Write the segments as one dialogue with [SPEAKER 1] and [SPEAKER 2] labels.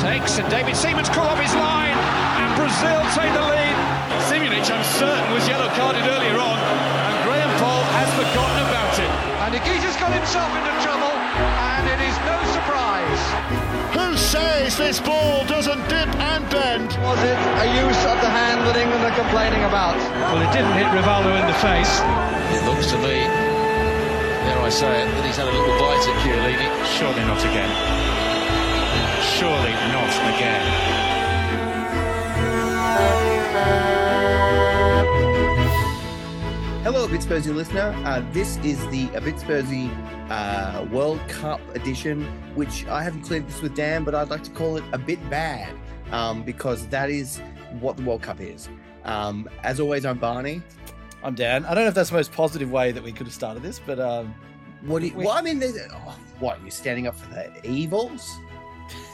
[SPEAKER 1] takes, and David Seaman's caught off his line, and Brazil take the lead. Simunic, I'm certain, was yellow carded earlier on, and Graham Paul has forgotten about it.
[SPEAKER 2] And Nikita's got himself into trouble, and it is no surprise.
[SPEAKER 3] Who says this ball doesn't dip and bend?
[SPEAKER 2] Was it a use of the hand that England are complaining about?
[SPEAKER 1] Well, it didn't hit Rivaldo in the face.
[SPEAKER 4] It looks to me, dare I say it, that he's had a little bite at Chiellini.
[SPEAKER 5] Surely not again. Surely not again.
[SPEAKER 6] Hello, a bit Spursy listener. Uh, this is the a bit Spursy uh, World Cup edition, which I haven't cleared this with Dan, but I'd like to call it a bit bad um, because that is what the World Cup is. Um, as always, I'm Barney.
[SPEAKER 7] I'm Dan. I don't know if that's the most positive way that we could have started this, but um,
[SPEAKER 6] What do you, well, I mean, there's- oh, what you're standing up for the evils?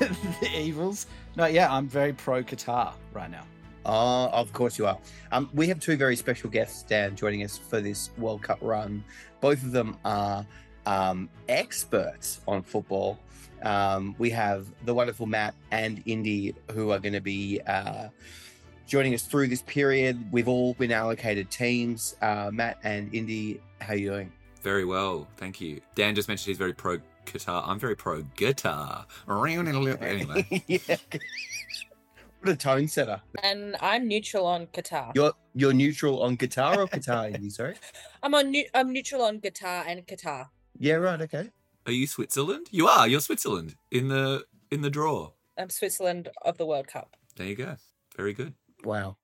[SPEAKER 7] the evils. No, yeah, I'm very pro Qatar right now.
[SPEAKER 6] Uh, of course you are. Um, we have two very special guests, Dan, joining us for this World Cup run. Both of them are um, experts on football. Um, we have the wonderful Matt and Indy, who are going to be uh, joining us through this period. We've all been allocated teams. Uh, Matt and Indy, how you doing?
[SPEAKER 8] Very well, thank you. Dan just mentioned he's very pro guitar. I'm very pro guitar. Anyway,
[SPEAKER 6] yeah. What a tone setter.
[SPEAKER 9] and I'm neutral on guitar.
[SPEAKER 6] You're you're neutral on guitar or guitar, Indy? Sorry.
[SPEAKER 9] I'm on. neu- I'm neutral on guitar and guitar.
[SPEAKER 6] Yeah, right. Okay.
[SPEAKER 8] are you Switzerland? You are. You're Switzerland in the in the draw.
[SPEAKER 9] I'm Switzerland of the World Cup.
[SPEAKER 8] There you go. Very good.
[SPEAKER 6] Wow.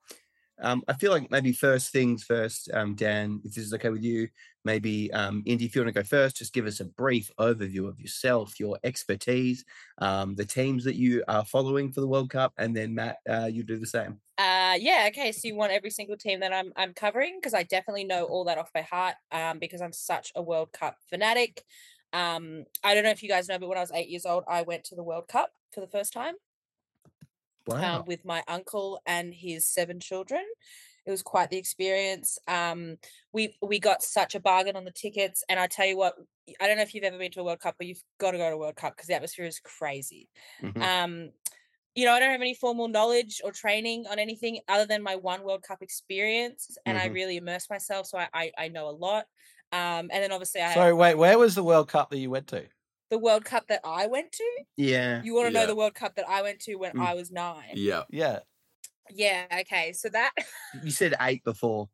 [SPEAKER 6] Um, I feel like maybe first things first, um, Dan, if this is okay with you, maybe um, Indy, if you want to go first, just give us a brief overview of yourself, your expertise, um, the teams that you are following for the World Cup, and then Matt, uh, you do the same.
[SPEAKER 9] Uh, yeah. Okay. So you want every single team that I'm I'm covering because I definitely know all that off by heart. Um, because I'm such a World Cup fanatic. Um, I don't know if you guys know, but when I was eight years old, I went to the World Cup for the first time.
[SPEAKER 6] Wow.
[SPEAKER 9] um, with my uncle and his seven children. It was quite the experience. Um, we we got such a bargain on the tickets, and I tell you what, y- I don't know if you've ever been to a World Cup, but you've got to go to a World Cup because the atmosphere is crazy.
[SPEAKER 6] Mhm.
[SPEAKER 9] Um, you know, I don't have any formal knowledge or training on anything other than my one World Cup experience, and I
[SPEAKER 6] Mhm.
[SPEAKER 9] really immerse myself, so I I, I know a lot. Um, and then obviously I
[SPEAKER 7] Sorry, wait, where was the World Cup that you went to?
[SPEAKER 9] the World Cup that I went to.
[SPEAKER 6] yeah.
[SPEAKER 9] You want to
[SPEAKER 8] Yeah.
[SPEAKER 9] know the World Cup that I went to when
[SPEAKER 6] Mm.
[SPEAKER 9] I was nine?
[SPEAKER 8] Yeah.
[SPEAKER 7] Yeah,
[SPEAKER 9] Yeah. Okay. So that
[SPEAKER 6] You said eight before.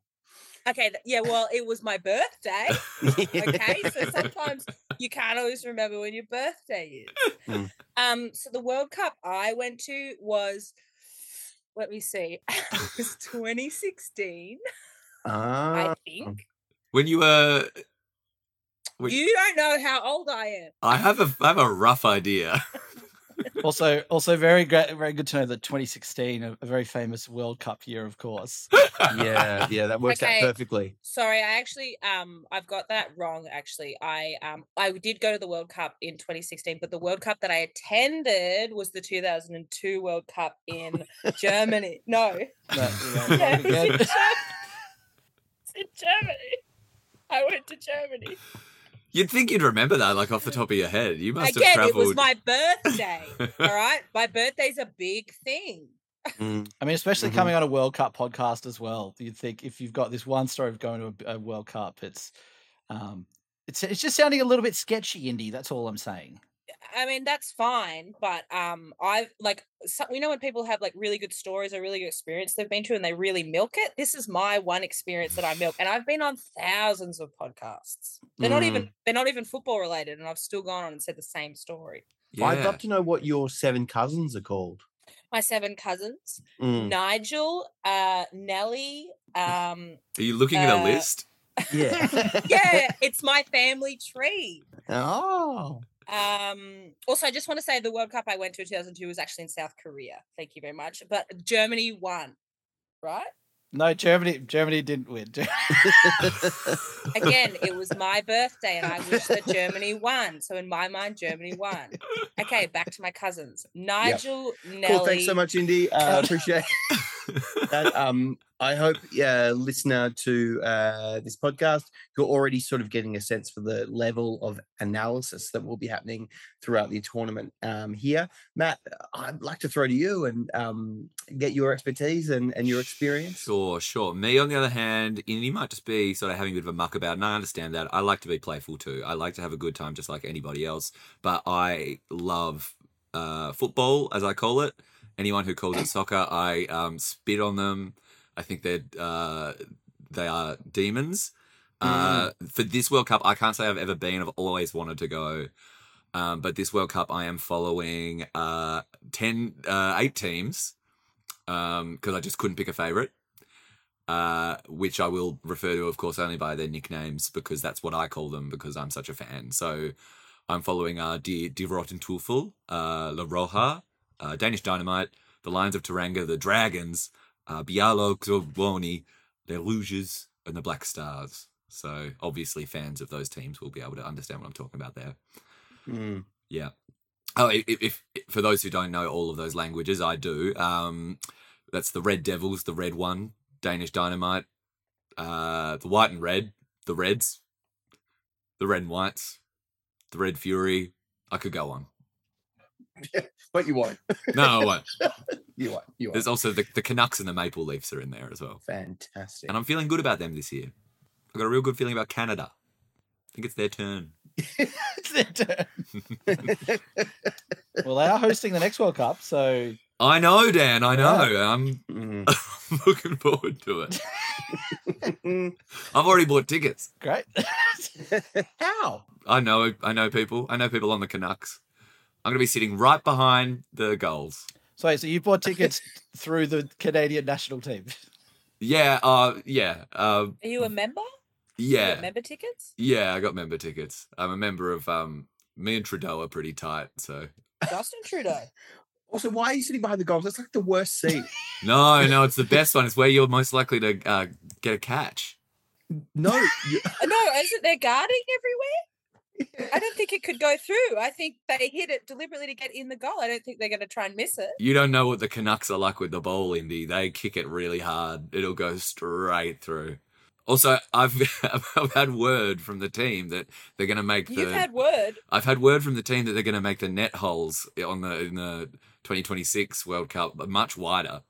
[SPEAKER 9] Okay, th- yeah, well, it was my birthday. Okay, so sometimes you can't always remember when your birthday is.
[SPEAKER 6] Mm.
[SPEAKER 9] Um, so the World Cup I went to was, let me see, it was 2016,
[SPEAKER 6] Ah,
[SPEAKER 9] I think.
[SPEAKER 8] When you uh, were, we-
[SPEAKER 9] You don't know how old I am.
[SPEAKER 8] I have a I have a rough idea.
[SPEAKER 7] also also very great, very good to know that 2016, a, a very famous World Cup year, of course.
[SPEAKER 6] yeah, yeah, that works
[SPEAKER 9] Okay.
[SPEAKER 6] out perfectly.
[SPEAKER 9] Sorry, I actually, um, I've got that wrong. Actually, I, um, I did go to the World Cup in 2016, but the World Cup that I attended was the 2002 World Cup in Germany. No,
[SPEAKER 7] But, you know,
[SPEAKER 9] Yeah,
[SPEAKER 7] there you
[SPEAKER 9] it's in,
[SPEAKER 7] go.
[SPEAKER 9] Germany. It's in Germany. I went to Germany.
[SPEAKER 8] You'd think you'd remember that, like off the top of your head. You must have
[SPEAKER 9] Again, it
[SPEAKER 8] travelled.
[SPEAKER 9] was my birthday. all right, my birthday's a big thing.
[SPEAKER 7] I mean, especially
[SPEAKER 6] Mhm.
[SPEAKER 7] coming on a World Cup podcast as well. You'd think if you've got this one story of going to a, a World Cup, it's um, it's it's just sounding a little bit sketchy, Indy. That's all I'm saying.
[SPEAKER 9] I mean, that's fine, but um, I've like so, you know when people have like really good stories or really good experience they've been to and they really milk it. This is my one experience that I milk, and I've been on thousands of podcasts. They're not even
[SPEAKER 8] Mm.
[SPEAKER 9] they're not even football related, and I've still gone on and said the same story.
[SPEAKER 8] yeah.
[SPEAKER 6] I'd love to know what your seven cousins are called.
[SPEAKER 9] My seven cousins,
[SPEAKER 6] Mm,
[SPEAKER 9] Nigel, uh, Nelly. Um,
[SPEAKER 8] Are you looking at a
[SPEAKER 9] Uh,
[SPEAKER 8] list?
[SPEAKER 6] Yeah.
[SPEAKER 9] yeah, it's my family tree.
[SPEAKER 6] oh.
[SPEAKER 9] Um, also, I just want to say the World Cup I went to in 2002 was actually in South Korea. Thank you very much. But Germany won, right?
[SPEAKER 7] No, Germany Germany didn't win.
[SPEAKER 9] Again, it was my birthday and I wish that Germany won. So in my mind, Germany won. Okay, back to my cousins. Nigel, Nelly.
[SPEAKER 6] Cool. Thanks so much, Indy. Uh, appreciate that um i hope uh listener to uh this podcast you're already sort of getting a sense for the level of analysis that will be happening throughout the tournament um here matt i'd like to throw to you and um get your expertise and and your experience
[SPEAKER 8] Sure, sure. Me, on the other hand, you you might just be sort of having a bit of a muck about, and I understand that. I like to be playful too. I like to have a good time just like anybody else, but I love uh, football, as I call it. Anyone who calls it soccer, I um, spit on them. I think they're uh, they are demons. Uh,
[SPEAKER 6] Mm.
[SPEAKER 8] for this World Cup, I can't say I've ever been. I've always wanted to go. Um, but this World Cup, I am following uh, 10, uh, eight teams because um, I just couldn't pick a favorite uh, which I will refer to, of course, only by their nicknames because that's what I call them because I'm such a fan. So I'm following uh, De, De Rotten Toolful, uh, La Roja, uh, Danish Dynamite, The Lions of Taranga, The Dragons, uh, Bialo Xoboni, The Rouges, and The Black Stars. So obviously, fans of those teams will be able to understand what I'm talking about there.
[SPEAKER 6] Mm.
[SPEAKER 8] Yeah. Oh, if, if, if for those who don't know all of those languages, I do. Um, that's the Red Devils, the red one, Danish Dynamite, uh, the white and red, the Reds, the Red and Whites, the Red Fury. I could go on.
[SPEAKER 6] but you won't
[SPEAKER 8] No, I won't.
[SPEAKER 6] you won't you won't
[SPEAKER 8] There's also the, the Canucks and the Maple Leafs are in there as well.
[SPEAKER 6] fantastic
[SPEAKER 8] And I'm feeling good about them this year. I've got a real good feeling about Canada. I think it's their turn.
[SPEAKER 7] It's their turn. well, they are hosting the next World Cup, so
[SPEAKER 8] I know, Dan. I know. I'm
[SPEAKER 6] Mm.
[SPEAKER 8] looking forward to it. I've already bought tickets.
[SPEAKER 7] great.
[SPEAKER 6] how
[SPEAKER 8] I know, I know people. I know people on the Canucks. I'm going to be sitting right behind the goals.
[SPEAKER 7] so, so you bought tickets through the Canadian national team.
[SPEAKER 8] Yeah, uh, yeah, uh,
[SPEAKER 9] Are you a member? You got
[SPEAKER 8] yeah,
[SPEAKER 9] member tickets?
[SPEAKER 8] yeah. I got member tickets. I'm a member of. Um, me and Trudeau are pretty tight, so
[SPEAKER 9] Justin Trudeau.
[SPEAKER 6] also why are you sitting behind the goals that's like the worst seat
[SPEAKER 8] no, no. It's the best one. It's where you're most likely to uh, get a catch.
[SPEAKER 6] no you,
[SPEAKER 9] Uh, No, isn't there guarding everywhere? I don't think it could go through. I think they hit it deliberately to get in the goal. I don't think they're going to try and miss it.
[SPEAKER 8] You don't know what the Canucks are like with the ball, Indy. They kick it really hard. It'll go straight through. Also, I've I've had word from the team that they're going to make the.
[SPEAKER 9] You've had word.
[SPEAKER 8] I've had word from the team that they're going to make the net holes on the in the 2026 World Cup much wider,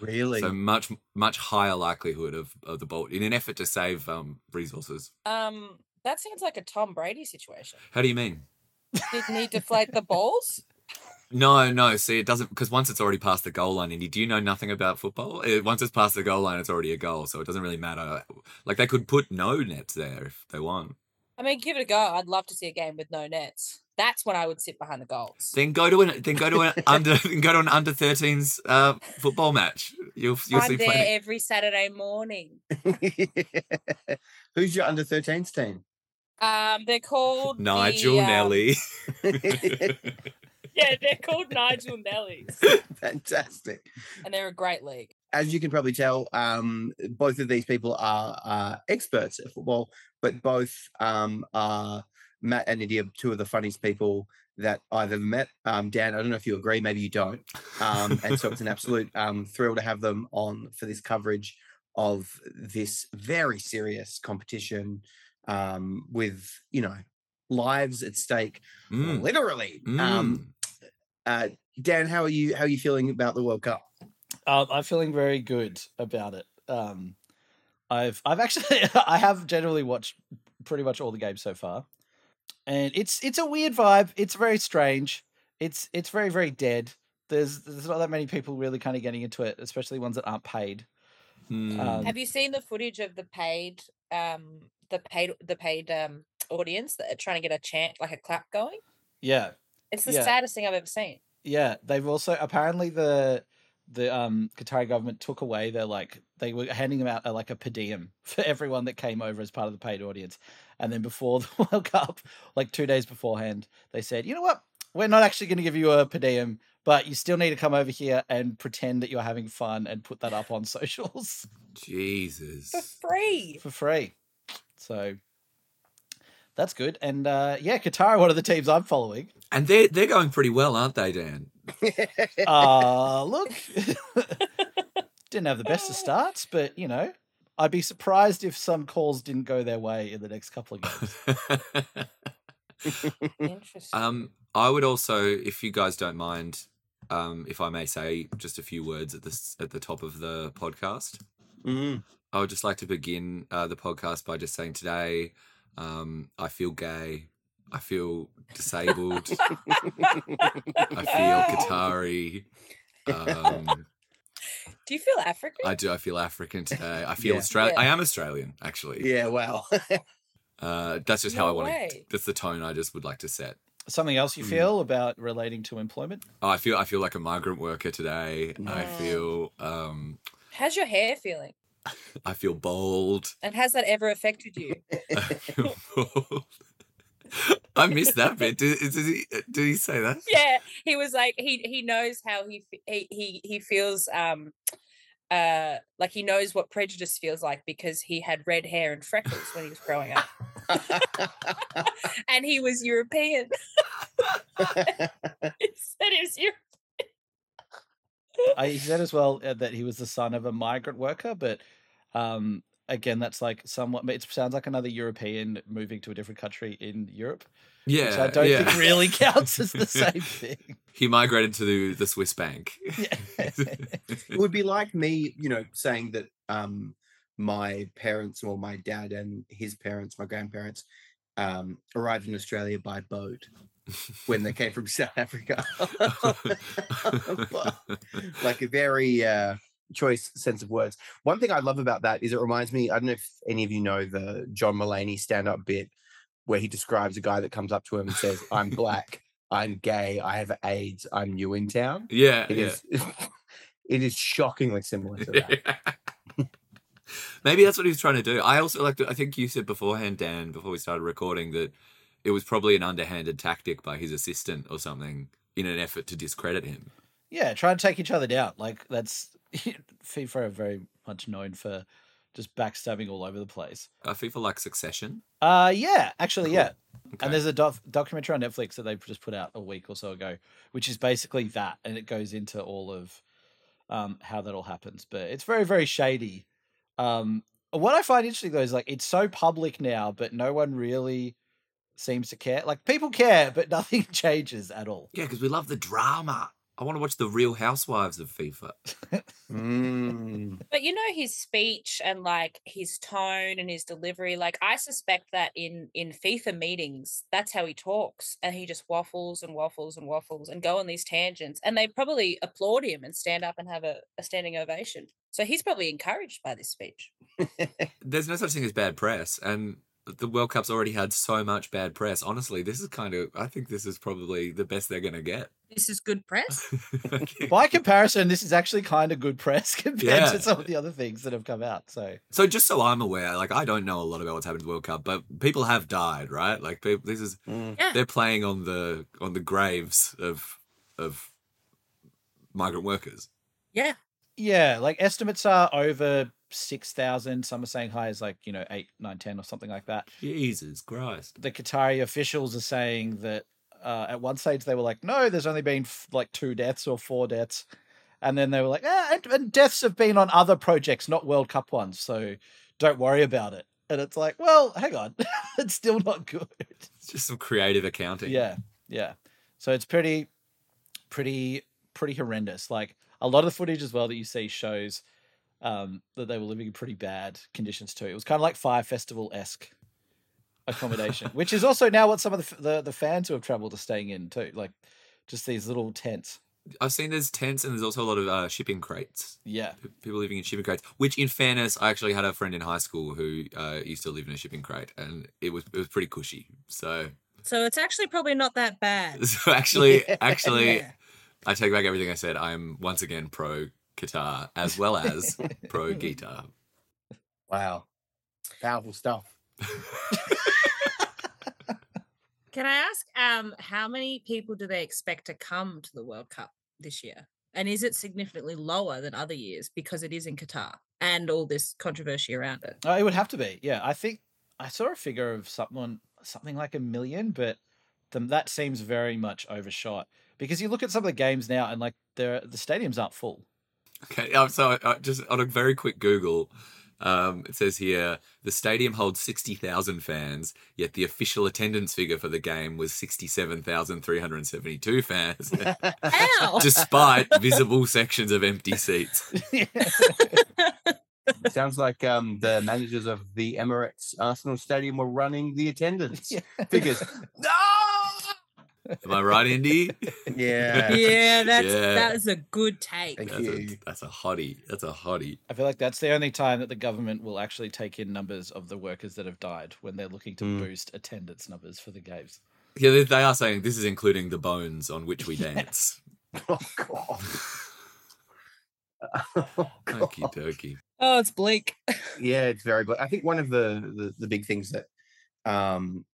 [SPEAKER 6] really
[SPEAKER 8] so much much higher likelihood of, of the ball in an effort to save um, resources.
[SPEAKER 9] Um, that sounds like a Tom Brady situation.
[SPEAKER 8] How do you mean?
[SPEAKER 9] Didn't he deflate the balls?
[SPEAKER 8] No, no. See, it doesn't because once it's already past the goal line, Indy. Do you know nothing about football? Eh, once it's past the goal line, it's already a goal, so it doesn't really matter. Like they could put no nets there if they want.
[SPEAKER 9] I mean, give it a go. I'd love to see a game with no nets. That's when I would sit behind the goals.
[SPEAKER 8] Then go to an then go to an under then go to an under 13s uh, football match. You'll you'll
[SPEAKER 9] I'm
[SPEAKER 8] see
[SPEAKER 9] there
[SPEAKER 8] plenty.
[SPEAKER 9] every Saturday morning.
[SPEAKER 6] Who's your under 13s team?
[SPEAKER 9] Um, they're called the,
[SPEAKER 8] Nigel
[SPEAKER 9] um,
[SPEAKER 8] Nelly.
[SPEAKER 9] Yeah, they're called Nigel Nellies,
[SPEAKER 6] Fantastic.
[SPEAKER 9] and they're a great league.
[SPEAKER 6] As you can probably tell, um, both of these people are uh, experts at football, but both um, are Matt and India, two of the funniest people that I've ever met. Um, Dan, I don't know if you agree, maybe you don't. Um, and so it's an absolute um, thrill to have them on for this coverage of this very serious competition um, with, you know, lives at stake,
[SPEAKER 8] Mm,
[SPEAKER 6] literally. Um,
[SPEAKER 8] mm.
[SPEAKER 6] Uh, Dan, how are you? How are you feeling about the World Cup?
[SPEAKER 7] Um, I'm feeling very good about it. Um, I've I've actually I have generally watched pretty much all the games so far, and it's it's a weird vibe. It's very strange. It's it's very very dead. There's there's not that many people really kind of getting into it, especially ones that aren't paid.
[SPEAKER 6] Hmm.
[SPEAKER 8] Mm.
[SPEAKER 6] Uh,
[SPEAKER 7] Um,
[SPEAKER 9] Have you seen the footage of the paid, um, the paid, the paid um, audience that are trying to get a chant, like a clap going?
[SPEAKER 7] Yeah,
[SPEAKER 9] It's the
[SPEAKER 7] Yeah.
[SPEAKER 9] saddest thing I've ever seen.
[SPEAKER 7] yeah. They've also apparently the the um Qatari government took away their like they were handing them out a, like a per diem for everyone that came over as part of the paid audience, and then before the World Cup, like two days beforehand, they said, you know what, we're not actually going to give you a per diem, but you still need to come over here and pretend that you're having fun and put that up on socials
[SPEAKER 9] For
[SPEAKER 8] Jesus.
[SPEAKER 9] free.
[SPEAKER 7] for free. So that's good, and uh, yeah, Qatar are one of the teams I'm following.
[SPEAKER 8] And they're they're going pretty well, aren't they, Dan?
[SPEAKER 7] uh look Uh, didn't have the best of starts, but you know, I'd be surprised if some calls didn't go their way in the next couple of games.
[SPEAKER 9] Interesting.
[SPEAKER 8] Um, I would also, if you guys don't mind, um, if I may say just a few words at this at the top of the podcast.
[SPEAKER 6] Mm.
[SPEAKER 8] I would just like to begin uh, the podcast by just saying today, um, I feel gay, I feel disabled, I feel Qatari. Um,
[SPEAKER 9] Do you feel African?
[SPEAKER 8] I do. I feel African today. I feel
[SPEAKER 6] Yeah.
[SPEAKER 8] Australian.
[SPEAKER 9] Yeah.
[SPEAKER 8] I am Australian, actually.
[SPEAKER 6] Yeah, wow.
[SPEAKER 8] Uh, that's just how
[SPEAKER 9] No
[SPEAKER 8] I want to.
[SPEAKER 9] way.
[SPEAKER 8] That's the tone I just would like to set.
[SPEAKER 7] Something else you
[SPEAKER 8] Mm.
[SPEAKER 7] feel about relating to employment?
[SPEAKER 8] Oh, I feel I feel like a migrant worker today. I
[SPEAKER 9] Mm.
[SPEAKER 8] feel um
[SPEAKER 9] How's your hair feeling?
[SPEAKER 8] I feel bold.
[SPEAKER 9] And has that ever affected you?
[SPEAKER 8] I feel bold. I missed that bit. Did, is- did he did he say that?
[SPEAKER 9] yeah, he was like he he knows how he fe- he he, he feels um uh like he knows what prejudice feels like because he had red hair and freckles when he was growing up and he was European. he said he was European.
[SPEAKER 7] I, he said as well uh, that he was the son of a migrant worker, but um, again, that's like somewhat. It sounds like another European moving to a different country in Europe,
[SPEAKER 8] Yeah.
[SPEAKER 7] which I don't
[SPEAKER 8] yeah.
[SPEAKER 7] think really counts as the same thing.
[SPEAKER 8] He migrated to the, the Swiss bank.
[SPEAKER 6] it would be like me, you know, saying that um my parents or my dad and his parents, my grandparents, um, arrived in Australia by boat when they came from South Africa. like a very uh choice sense of words. One thing I love about that is it reminds me, I don't know if any of you know the John Mullaney stand-up bit where he describes a guy that comes up to him and says, I'm black, I'm gay, I have AIDS, I'm new in town.
[SPEAKER 8] yeah.
[SPEAKER 6] It
[SPEAKER 8] yeah.
[SPEAKER 6] is. it is shockingly similar to that.
[SPEAKER 8] Maybe that's what he was trying to do. I also like. to- I think you said beforehand, Dan, before we started recording, that it was probably an underhanded tactic by his assistant or something in an effort to discredit him.
[SPEAKER 7] Yeah, try to take each other down. Like that's FIFA are very much known for just backstabbing all over the place.
[SPEAKER 8] Uh, FIFA like Succession.
[SPEAKER 7] Uh yeah, actually
[SPEAKER 8] Cool.
[SPEAKER 7] yeah.
[SPEAKER 8] Okay.
[SPEAKER 7] And there's a doc- documentary on Netflix that they just put out a week or so ago, which is basically that, and it goes into all of um, how that all happens. But it's very, very shady. Um, what I find interesting though is like it's so public now, but no one really seems to care. Like people care, but nothing changes at all.
[SPEAKER 8] yeah, because we love the drama. I want to watch the Real Housewives of FIFA.
[SPEAKER 6] Mm.
[SPEAKER 9] But you know his speech and like his tone and his delivery. Like I suspect that in in FIFA meetings, that's how he talks, and he just waffles and waffles and waffles and go on these tangents. And they probably applaud him and stand up and have a, a standing ovation. So he's probably encouraged by this speech.
[SPEAKER 8] There's no such thing as bad press, and the World Cup's already had so much bad press. Honestly, this is kind of. I think this is probably the best they're gonna get.
[SPEAKER 9] This is good press.
[SPEAKER 7] By comparison, this is actually kind of good press compared
[SPEAKER 8] Yeah.
[SPEAKER 7] to some of the other things that have come out. So
[SPEAKER 8] So just so I'm aware, like I don't know a lot about what's happened to the World Cup, but people have died, right? Like they, this is
[SPEAKER 6] Mm.
[SPEAKER 9] Yeah.
[SPEAKER 8] they're playing on the on the graves of of migrant workers.
[SPEAKER 9] Yeah.
[SPEAKER 7] Yeah, like estimates are over six thousand. Some are saying high as like you know eight, nine, ten, or something like that.
[SPEAKER 8] Jesus Christ!
[SPEAKER 7] The Qatari officials are saying that uh, at one stage they were like, no, there's only been f- like two deaths or four deaths, and then they were like, ah, and, and deaths have been on other projects, not World Cup ones, so don't worry about it. And it's like, well, hang on, it's still not good.
[SPEAKER 8] It's just some creative accounting.
[SPEAKER 7] Yeah, yeah. So it's pretty, pretty, pretty horrendous. Like a lot of the footage as well that you see shows um, that they were living in pretty bad conditions too. It was kind of like fire festival esque accommodation, which is also now what some of the, f- the the fans who have travelled are staying in too. Like just these little tents.
[SPEAKER 8] I've seen there's tents and there's also a lot of uh, shipping crates.
[SPEAKER 7] Yeah.
[SPEAKER 8] P- People living in shipping crates. Which, in fairness, I actually had a friend in high school who uh, used to live in a shipping crate, and it was it was pretty cushy. So,
[SPEAKER 9] So it's actually probably not that bad.
[SPEAKER 8] so actually, actually,
[SPEAKER 9] Yeah.
[SPEAKER 8] I take back everything I said. I'm once again pro guitar as well as pro guitar.
[SPEAKER 6] Wow. Powerful stuff.
[SPEAKER 9] Can I ask um how many people do they expect to come to the World Cup this year? And is it significantly lower than other years because it is in Qatar and all this controversy around it?
[SPEAKER 7] Uh, it would have to be. Yeah, I think I saw a figure of someone something like a million, but the, that seems very much overshot because you look at some of the games now and like the the stadiums aren't full.
[SPEAKER 8] Okay, um, so uh, just on a very quick Google, um, it says here the stadium holds 60,000 fans, yet the official attendance figure for the game was 67,372 fans,
[SPEAKER 9] Ow!
[SPEAKER 8] despite visible sections of empty seats.
[SPEAKER 6] Sounds like um, the managers of the Emirates Arsenal Stadium were running the attendance figures. no!
[SPEAKER 8] Am I right, Indy?
[SPEAKER 6] Yeah.
[SPEAKER 9] yeah, that's
[SPEAKER 8] Yeah.
[SPEAKER 9] that is a good take.
[SPEAKER 6] Thank
[SPEAKER 8] That's a,
[SPEAKER 6] you.
[SPEAKER 8] that's a hottie. That's a hottie.
[SPEAKER 7] I feel like that's the only time that the government will actually take in numbers of the workers that have died when they're looking to
[SPEAKER 6] Mm.
[SPEAKER 7] boost attendance numbers for the games.
[SPEAKER 8] Yeah, they, they are saying this is including the bones on which we dance.
[SPEAKER 6] Oh, God. Oh, God.
[SPEAKER 8] Okie dokie.
[SPEAKER 9] Oh, it's bleak.
[SPEAKER 6] Yeah, it's very good. I think one of the, the the big things that um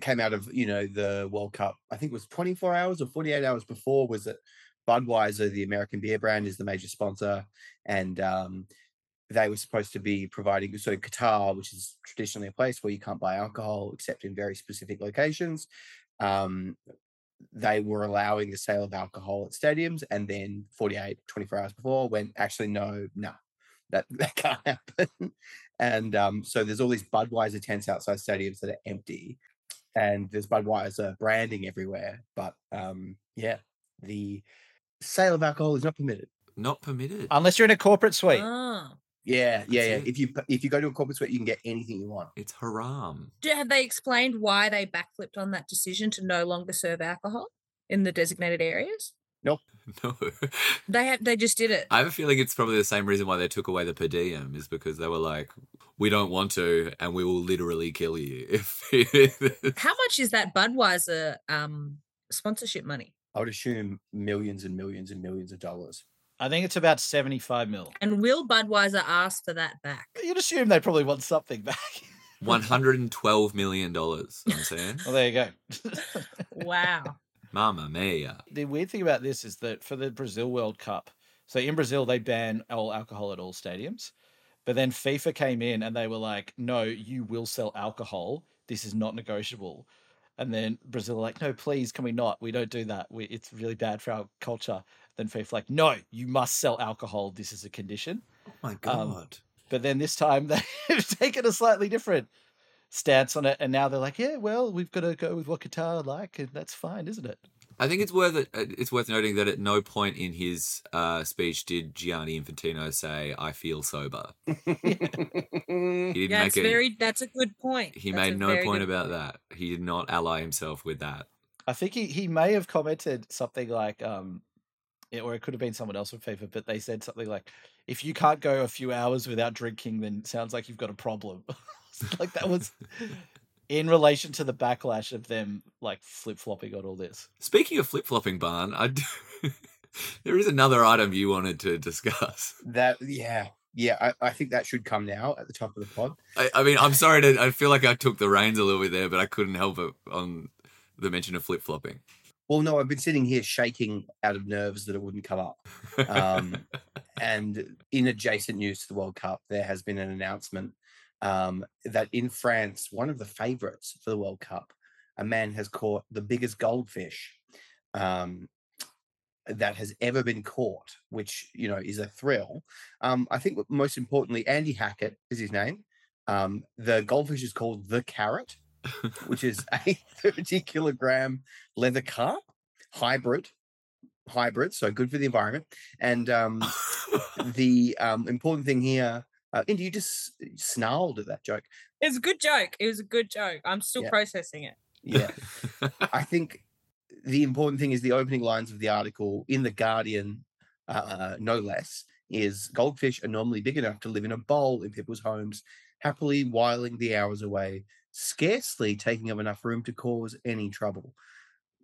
[SPEAKER 6] came out of you know the World Cup, I think it was 24 hours or 48 hours before, was that Budweiser, the American beer brand, is the major sponsor, and um, they were supposed to be providing. So Qatar, which is traditionally a place where you can't buy alcohol except in very specific locations, um, they were allowing the sale of alcohol at stadiums, and then 48, 24 hours before, went actually no, no, that that can't happen. And um, so there's all these Budweiser tents outside stadiums that are empty, and there's Budweiser branding everywhere. But um, yeah, the sale of alcohol is not permitted.
[SPEAKER 8] Not permitted.
[SPEAKER 9] Um,
[SPEAKER 7] Unless you're in a corporate suite.
[SPEAKER 9] Ah.
[SPEAKER 6] Yeah, yeah, yeah.
[SPEAKER 8] That's it.
[SPEAKER 6] If you p- if you go to a corporate suite, you can get anything you want.
[SPEAKER 8] It's haram.
[SPEAKER 9] Do, have they explained why they backflipped on that decision to no longer serve alcohol in the designated areas?
[SPEAKER 8] No.
[SPEAKER 9] They have. They just did it.
[SPEAKER 8] I have a feeling it's probably the same reason why they took away the per diem is because they were like, we don't want to, and we will literally kill you if
[SPEAKER 9] How much is that Budweiser um, sponsorship money?
[SPEAKER 6] I would assume millions and millions and millions of dollars.
[SPEAKER 7] I think it's about 75 mil.
[SPEAKER 9] And will Budweiser ask for that back?
[SPEAKER 7] You'd assume they probably want something back.
[SPEAKER 8] one hundred and twelve million dollars. I'm saying,
[SPEAKER 7] Well, there you go.
[SPEAKER 9] Wow.
[SPEAKER 8] Mamma mia!
[SPEAKER 7] the weird thing about this is that for the Brazil World Cup, so in Brazil they ban all alcohol at all stadiums, but then FIFA came in and they were like, "No, you will sell alcohol. This is not negotiable." And then Brazil were like, "No, please, can we not? We don't do that. We, it's really bad for our culture." Then FIFA like, "No, you must sell alcohol. This is a condition."
[SPEAKER 8] Oh my god!
[SPEAKER 7] But then this time they've taken a slightly different stance on it, and now they're like, "Yeah, well, we've got to go with what Qatar like, and that's fine, isn't it?"
[SPEAKER 8] I think it's worth it, uh, it's worth noting that at no point in his uh, speech did Gianni Infantino say, "I feel sober." He didn't
[SPEAKER 9] Yeah,
[SPEAKER 8] make
[SPEAKER 9] it's
[SPEAKER 8] it.
[SPEAKER 9] very. That's a good point.
[SPEAKER 8] he
[SPEAKER 9] That's a
[SPEAKER 8] made no
[SPEAKER 9] very
[SPEAKER 8] point
[SPEAKER 9] good
[SPEAKER 8] about that. He did not ally himself with that.
[SPEAKER 7] I think he, he may have commented something like, um, it, or it could have been someone else from FIFA, but they said something like, if you can't go a few hours without drinking, then it sounds like you've got a problem. like that was in relation to the backlash of them like flip flopping on all this.
[SPEAKER 8] Speaking of flip flopping, Barn, I do... there is another item you wanted to discuss.
[SPEAKER 6] That yeah, yeah. I, I think that should come now at the top of the pod.
[SPEAKER 8] I, I mean, I'm sorry to. I feel like I took the reins a little bit there, but I couldn't help it on the mention of flip flopping.
[SPEAKER 6] Well, no, I've been sitting here shaking out of nerves that it wouldn't come up. Um, and in adjacent news to the World Cup, there has been an announcement um, that in France, one of the favourites for the World Cup, a man has caught the biggest goldfish um, that has ever been caught, which you know is a thrill. Um, I think what- most importantly, Andy Hackett is his name. Um, the goldfish is called the carrot, which is a 30 kilogram leather carp hybrid, hybrid, so good for the environment. And um, the um, important thing here, uh, Indy, you just s- snarled at that joke.
[SPEAKER 9] It was a good joke. It was a good joke. I'm still
[SPEAKER 6] Yeah.
[SPEAKER 9] processing it.
[SPEAKER 6] Yeah, I think the important thing is the opening lines of the article in the Guardian, uh, no less, is goldfish are normally big enough to live in a bowl in people's homes, happily whiling the hours away, scarcely taking up enough room to cause any trouble.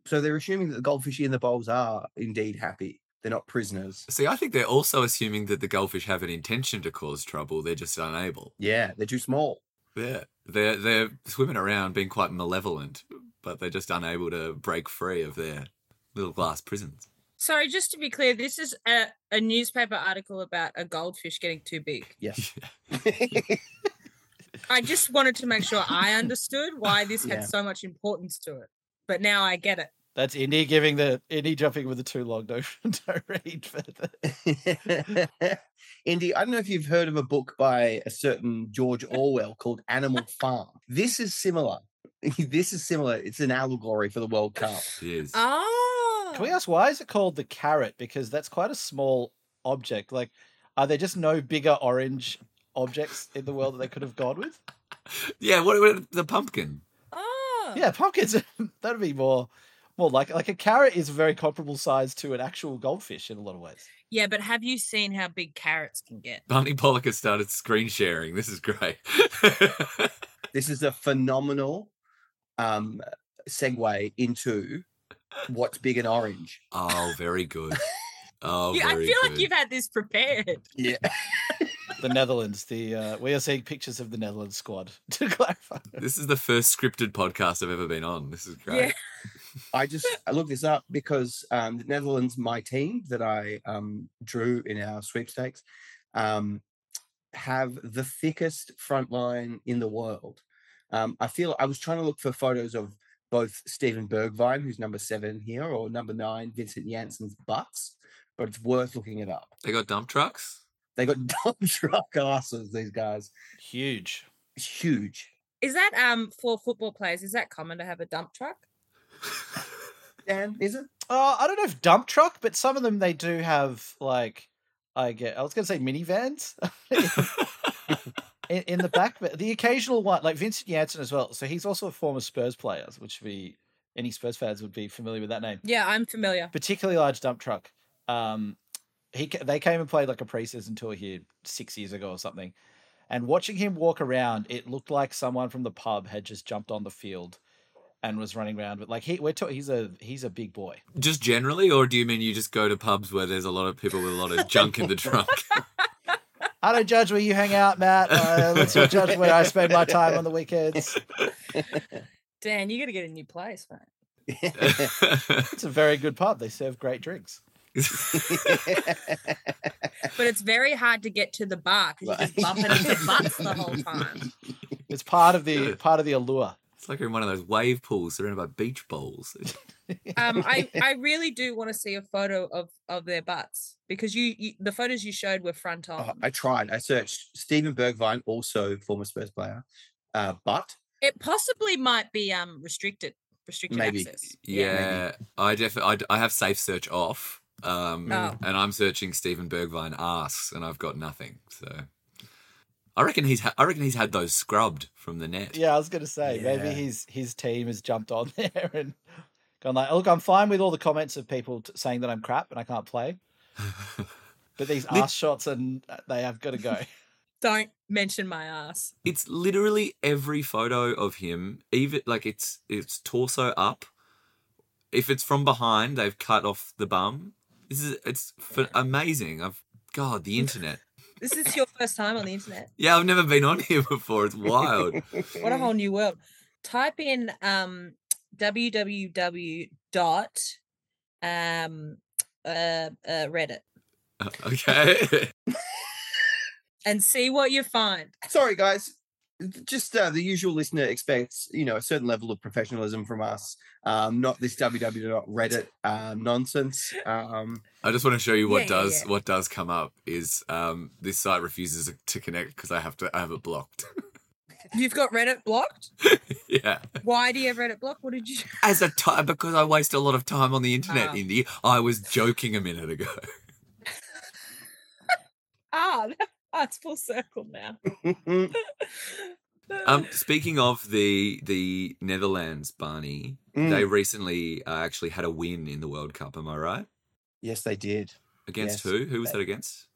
[SPEAKER 6] So they're assuming that the goldfish in the bowls are indeed happy. They're not prisoners.
[SPEAKER 8] See, I think they're also assuming that the goldfish have an intention to cause trouble. They're just unable.
[SPEAKER 6] Yeah, they're too small.
[SPEAKER 8] Yeah, they're they're swimming around, being quite malevolent, but they're just unable to break free of their little glass prisons.
[SPEAKER 9] Sorry, just to be clear, this is a, a newspaper article about a goldfish getting too big.
[SPEAKER 6] Yeah.
[SPEAKER 9] I just wanted to make sure I understood why this
[SPEAKER 6] Yeah.
[SPEAKER 9] had so much importance to it. But now I get it.
[SPEAKER 7] That's Indy giving the Indy jumping with the too long no, no read for the
[SPEAKER 6] Indy, I don't know if you've heard of a book by a certain George Orwell called Animal Farm. This is similar. this is similar. It's an allegory for the World Cup.
[SPEAKER 8] Yes.
[SPEAKER 9] Oh.
[SPEAKER 7] Can we ask why is it called the carrot? Because that's quite a small object. Like, are there just no bigger orange objects in the world that they could have gone with?
[SPEAKER 8] Yeah, what, what the pumpkin?
[SPEAKER 9] Oh.
[SPEAKER 7] Yeah, pumpkins. That'd be more, more like like a carrot is a very comparable size to an actual goldfish in a lot of ways.
[SPEAKER 9] Yeah, but have you seen how big carrots can get?
[SPEAKER 8] Barney Pollock has started screen sharing. This is great.
[SPEAKER 6] This is a phenomenal um, segue into what's big and orange.
[SPEAKER 8] oh, very good. Oh,
[SPEAKER 9] Yeah, I
[SPEAKER 8] very
[SPEAKER 9] feel like
[SPEAKER 8] good.
[SPEAKER 9] you've had this prepared.
[SPEAKER 6] Yeah.
[SPEAKER 7] The Netherlands. The uh, we are seeing pictures of the Netherlands squad. To clarify,
[SPEAKER 8] This is the first scripted podcast I've ever been on. This is great.
[SPEAKER 9] Yeah.
[SPEAKER 6] I just I looked this up because um, the Netherlands, my team that I um, drew in our sweepstakes, um, have the thickest front line in the world. Um, I feel I was trying to look for photos of both Steven Bergvine, who's number seven here, or number nine, Vincent Jansen's butts, but it's worth looking it up.
[SPEAKER 8] They got dump trucks.
[SPEAKER 6] They got dump truck asses, these guys.
[SPEAKER 7] huge.
[SPEAKER 6] It's huge.
[SPEAKER 9] Is that um for football players? Is that common to have a dump truck?
[SPEAKER 6] Dan, is it?
[SPEAKER 7] Uh, I don't know if dump truck, but some of them they do have like I get. I was gonna say minivans in, in the back, but the occasional one, like Vincent Janssen as well. So he's also a former Spurs player, which would be any Spurs fans would be familiar with that name.
[SPEAKER 9] Yeah, I'm familiar.
[SPEAKER 7] Particularly large dump truck. Um, he ca- they came and played like a preseason tour here six years ago or something, and watching him walk around, it looked like someone from the pub had just jumped on the field. And was running around, but like he, we're talking, he's a he's a big boy.
[SPEAKER 8] Just generally, or do you mean you just go to pubs where there's a lot of people with a lot of junk in the trunk?
[SPEAKER 7] I don't judge where you hang out, Matt. Uh, let's not judge where I spend my time on the weekends.
[SPEAKER 9] Dan, you got to get a new place, mate.
[SPEAKER 7] It's a very good pub. They serve great drinks.
[SPEAKER 9] But it's very hard to get to the bar because you're just
[SPEAKER 6] Right.
[SPEAKER 9] bumping into butts the whole time.
[SPEAKER 7] It's part of the part of the allure.
[SPEAKER 8] it's like you're in one of those wave pools surrounded by beach balls.
[SPEAKER 9] Um, I I really do want to see a photo of of their butts because you, you the photos you showed were front on.
[SPEAKER 6] Oh, I tried. I searched Steven Bergvine, also former Spurs player, uh, but
[SPEAKER 9] it possibly might be um restricted restricted
[SPEAKER 6] Maybe.
[SPEAKER 9] access.
[SPEAKER 8] Yeah, I definitely I, d- I have safe search off, um,
[SPEAKER 9] Oh.
[SPEAKER 8] and I'm searching Stephen Bergvine asks, and I've got nothing. So I reckon he's ha- I reckon he's had those scrubbed from the net.
[SPEAKER 7] Yeah, I was gonna say
[SPEAKER 6] Yeah.
[SPEAKER 7] maybe his his team has jumped on there and gone like, look, I'm fine with all the comments of people t- saying that I'm crap and I can't play, but these ass shots and uh, they have got to go.
[SPEAKER 9] Don't mention my ass.
[SPEAKER 8] It's literally every photo of him, even like it's it's torso up. If it's from behind, they've cut off the bum. This is it's f- amazing. I've God the internet.
[SPEAKER 9] This is your first time on the internet.
[SPEAKER 8] Yeah, I've never been on here before. It's wild.
[SPEAKER 9] What a whole new world. Type in um www dot um uh, uh Reddit
[SPEAKER 8] okay.
[SPEAKER 9] and see what you find.
[SPEAKER 6] sorry guys Th- just uh, the usual listener expects you know a certain level of professionalism from us um not this www.reddit uh, nonsense um
[SPEAKER 8] I just want to show you what
[SPEAKER 9] Yeah, yeah,
[SPEAKER 8] does
[SPEAKER 9] yeah.
[SPEAKER 8] what does come up is um, this site refuses to connect because I have to I have it blocked.
[SPEAKER 9] You've got Reddit blocked?
[SPEAKER 8] yeah,
[SPEAKER 9] Why do you have Reddit blocked? What did you
[SPEAKER 8] as a time because I waste a lot of time on the internet.
[SPEAKER 9] Ah.
[SPEAKER 8] Indy, I was joking a minute ago.
[SPEAKER 9] Ah, that's full circle now.
[SPEAKER 8] Um, speaking of the the Netherlands, Barney,
[SPEAKER 9] Hmm.
[SPEAKER 8] they
[SPEAKER 6] mm,
[SPEAKER 8] recently uh, actually had a win in the World Cup. Am I right?
[SPEAKER 6] yes they did
[SPEAKER 8] Against
[SPEAKER 6] Yes.
[SPEAKER 8] who? Who was
[SPEAKER 9] Uh,
[SPEAKER 6] They-
[SPEAKER 8] that against?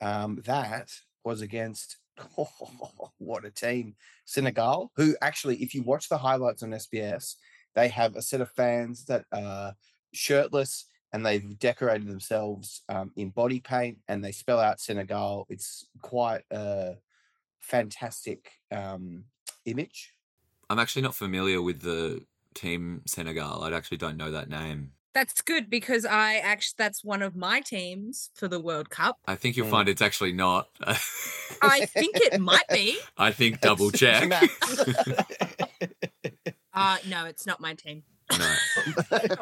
[SPEAKER 6] um that was against oh, what a team senegal who actually if you watch the highlights on sbs they have a set of fans that are shirtless and they've decorated themselves um, in body paint and they spell out senegal it's quite a fantastic um, image
[SPEAKER 8] I'm actually not familiar with the team Senegal. I actually don't know that name.
[SPEAKER 9] That's good because I actually that's one of my teams for the World Cup.
[SPEAKER 8] I think you'll
[SPEAKER 6] Mm.
[SPEAKER 9] Hmm.
[SPEAKER 8] find it's actually not.
[SPEAKER 9] I think it might be.
[SPEAKER 8] I think double
[SPEAKER 6] It's-
[SPEAKER 8] check.
[SPEAKER 6] it's Max.
[SPEAKER 9] Uh no, it's not my team.
[SPEAKER 8] No.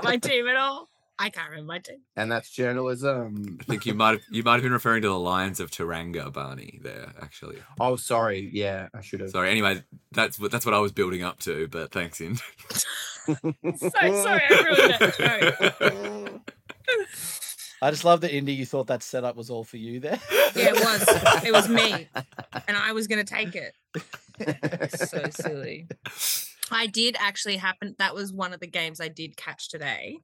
[SPEAKER 9] my team at all. I can't remember my team.
[SPEAKER 6] and that's journalism.
[SPEAKER 8] I think you might have you might have been referring to the Lions of Taranga, Barney. There, actually.
[SPEAKER 6] Oh, sorry. Yeah, I should have.
[SPEAKER 8] Sorry. Anyway, that's what that's what I was building up to. But thanks, in.
[SPEAKER 9] So sorry, I ruined that joke.
[SPEAKER 7] I just love that Indy. You thought that setup was all for you there.
[SPEAKER 9] Yeah, it was. It was me. And I was going to take it. so silly. I did actually happen. That was one of the games I did catch today.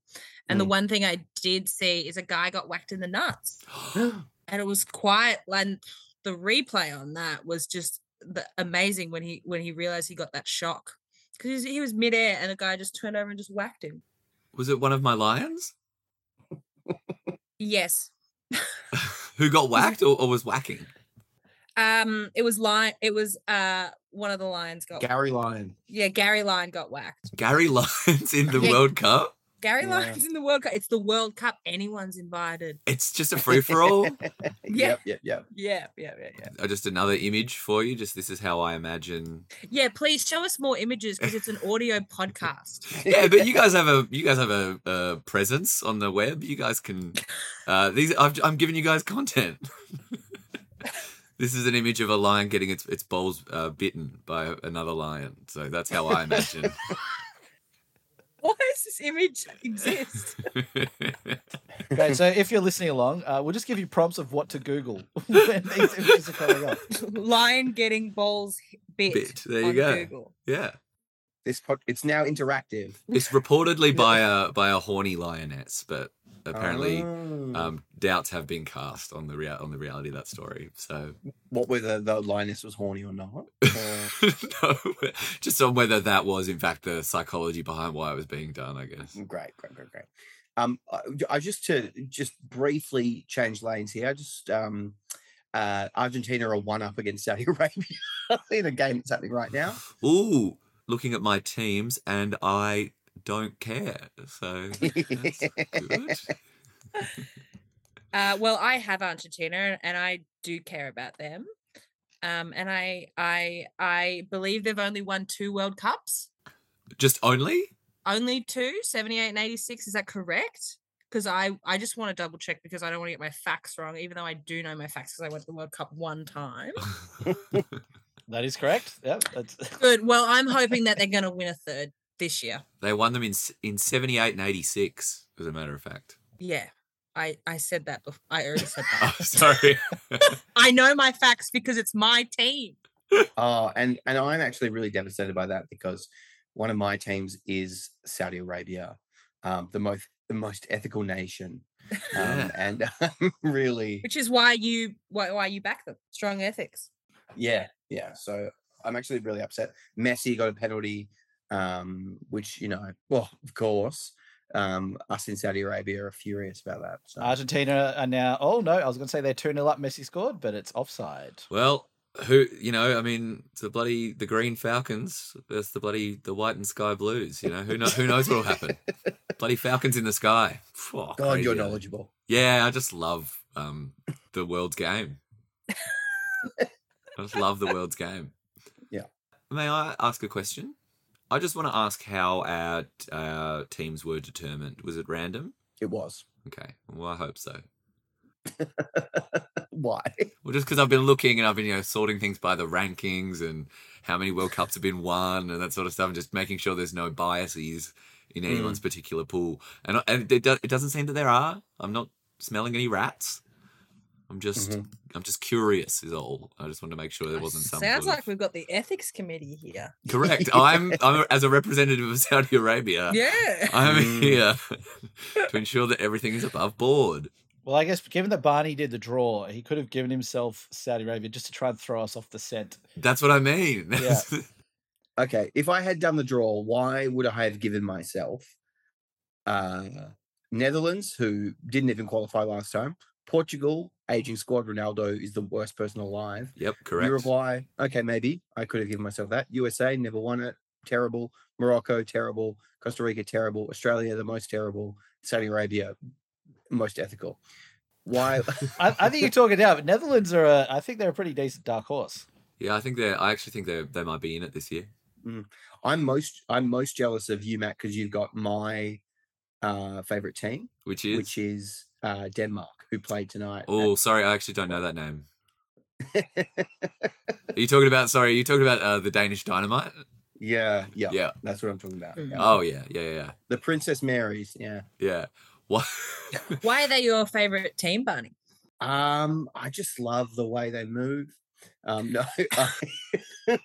[SPEAKER 9] And the one thing I did see is a guy got whacked in the nuts. and it was quiet. And the replay on that was just the, amazing when he when he realized he got that shock. Because he was midair and the guy just turned over and just whacked him.
[SPEAKER 8] Was it one of my lions
[SPEAKER 9] Yes.
[SPEAKER 8] who got whacked or, or was whacking?
[SPEAKER 9] Um, it was lion. It was uh one of the lions got
[SPEAKER 6] Gary Lyon.
[SPEAKER 9] Yeah, Gary Lyon got whacked.
[SPEAKER 8] Gary Lyons in the
[SPEAKER 9] Yeah.
[SPEAKER 8] World Cup.
[SPEAKER 9] Gary
[SPEAKER 7] Yeah.
[SPEAKER 9] Lyon's in the World Cup. It's the World Cup. Anyone's invited.
[SPEAKER 8] It's just a free for all.
[SPEAKER 9] Yeah.
[SPEAKER 6] Yep, yep, yep.
[SPEAKER 9] Yeah, yeah, yeah, yeah.
[SPEAKER 8] just another image for you. Just this is how I imagine.
[SPEAKER 9] Yeah, please show us more images because it's an audio podcast.
[SPEAKER 8] Yeah, but you guys have a you guys have a, a presence on the web. You guys can. Uh, these I've, I'm giving you guys content. this is an image of a lion getting its its balls uh, bitten by another lion. So that's how I imagine.
[SPEAKER 9] Why does this image exist?
[SPEAKER 7] Great. So if you're listening along, uh, we'll just give you prompts of what to Google when these images are coming up.
[SPEAKER 9] Lion getting balls hi- bit.
[SPEAKER 8] Bit. There you
[SPEAKER 9] on
[SPEAKER 8] go.
[SPEAKER 9] Google.
[SPEAKER 8] yeah,
[SPEAKER 6] This pod, it's now interactive.
[SPEAKER 8] it's reportedly by a by a horny lioness, but apparently.
[SPEAKER 6] Oh.
[SPEAKER 8] Um, doubts have been cast on the rea- on the reality of that story. So
[SPEAKER 6] what whether the lioness was horny or not? or-
[SPEAKER 8] no, just on whether that was in fact the psychology behind why it was being done. I guess.
[SPEAKER 6] great, great, great, great. Um, I, I just to just briefly change lanes here. I just um, uh, Argentina are one up against Saudi Arabia in a game that's happening right now.
[SPEAKER 8] Ooh, looking at my teams, and I don't care. So that's good.
[SPEAKER 9] Uh, well, I have Argentina, and I do care about them. Um, and I, I, I believe they've only won two World Cups.
[SPEAKER 8] just only.
[SPEAKER 9] only two 78 and 86 is that correct because i i just want to double check because i don't want to get my facts wrong even though i do know my facts because i went to the world cup one time
[SPEAKER 7] That is correct. Yep. That's,
[SPEAKER 9] good well i'm hoping that they're going to win a third this year
[SPEAKER 8] They won them in s- in seventy eight and eighty six. As a matter of fact.
[SPEAKER 9] yeah i i said that before i already said
[SPEAKER 8] Oh,
[SPEAKER 9] that
[SPEAKER 8] sorry.
[SPEAKER 9] i know my facts because it's my team
[SPEAKER 6] Oh, and and I'm actually really devastated by that because one of my teams is Saudi Arabia, um, the most the most ethical nation, um,
[SPEAKER 8] Yeah.
[SPEAKER 6] and um, really,
[SPEAKER 9] which is why you why, why you back them strong ethics
[SPEAKER 6] yeah, yeah. So I'm actually really upset. Messi got a penalty, um, which you know, well, of course, um, us in Saudi Arabia are furious about that. So.
[SPEAKER 7] Argentina are now. Oh no, I was going to say they're two 0 up. Messi scored, but it's offside.
[SPEAKER 8] well, who you know? I mean, it's the bloody the Green Falcons versus the bloody the White and Sky Blues. You know who know, who knows what'll happen. bloody Falcons in the sky. Phew,
[SPEAKER 6] God, you're
[SPEAKER 8] crazy, eh?
[SPEAKER 6] knowledgeable.
[SPEAKER 8] Yeah, I just love um, the world's game. I just love the world's game.
[SPEAKER 6] Yeah.
[SPEAKER 8] May I ask a question? I just want to ask how our uh, teams were determined. Was it random?
[SPEAKER 6] It was
[SPEAKER 8] Okay. Well, I hope so.
[SPEAKER 6] why?
[SPEAKER 8] Well, just because I've been looking and I've been you know sorting things by the rankings and how many World Cups have been won and that sort of stuff, and just making sure there's no biases in anyone's particular pool. And, I- and it, do, it doesn't seem that there are. I'm not smelling any rats. I'm just I'm just curious is all. I just wanted to make sure there wasn't some
[SPEAKER 9] sounds
[SPEAKER 8] sort
[SPEAKER 9] like
[SPEAKER 8] of-
[SPEAKER 9] we've got the ethics committee here
[SPEAKER 8] correct. I'm I'm as a representative of Saudi Arabia.
[SPEAKER 9] yeah
[SPEAKER 8] I'm
[SPEAKER 6] Mm.
[SPEAKER 8] here to ensure that everything is above board.
[SPEAKER 7] Well, I guess given that Barney did the draw, he could have given himself Saudi Arabia just to try and throw us off the scent.
[SPEAKER 8] That's what I mean.
[SPEAKER 7] Yeah.
[SPEAKER 6] Okay, if I had done the draw, why would I have given myself uh, Netherlands, who didn't even qualify last time? Portugal, aging squad, Ronaldo is the worst person alive.
[SPEAKER 8] yep, correct.
[SPEAKER 6] Uruguay, okay, maybe I could have given myself that. USA never won it, terrible. Morocco, terrible. Costa Rica, terrible. Australia, the most terrible. Saudi Arabia, most ethical. Why?
[SPEAKER 7] I, I think you talk it out. But Netherlands are. A, I think they're a pretty decent dark horse.
[SPEAKER 8] Yeah, I think they're. I actually think they they might be in it this year.
[SPEAKER 6] I'm most I'm most jealous of you, Matt, because you've got my uh, favorite team,
[SPEAKER 8] which is.
[SPEAKER 6] which uh, is uh, Denmark, who played tonight. at-
[SPEAKER 8] oh, sorry, I actually don't know that name. Are you talking about? Sorry, are you talking about uh, the Danish Dynamite?
[SPEAKER 6] yeah, yeah,
[SPEAKER 8] Yeah.
[SPEAKER 6] That's what I'm talking about.
[SPEAKER 9] Mm.
[SPEAKER 6] yeah.
[SPEAKER 8] Oh yeah, yeah, yeah,
[SPEAKER 6] The Princess Marys. Yeah.
[SPEAKER 8] yeah. What?
[SPEAKER 9] Why are they your favorite team, Barney?
[SPEAKER 6] Um, I just love the way they move. Um, no, I-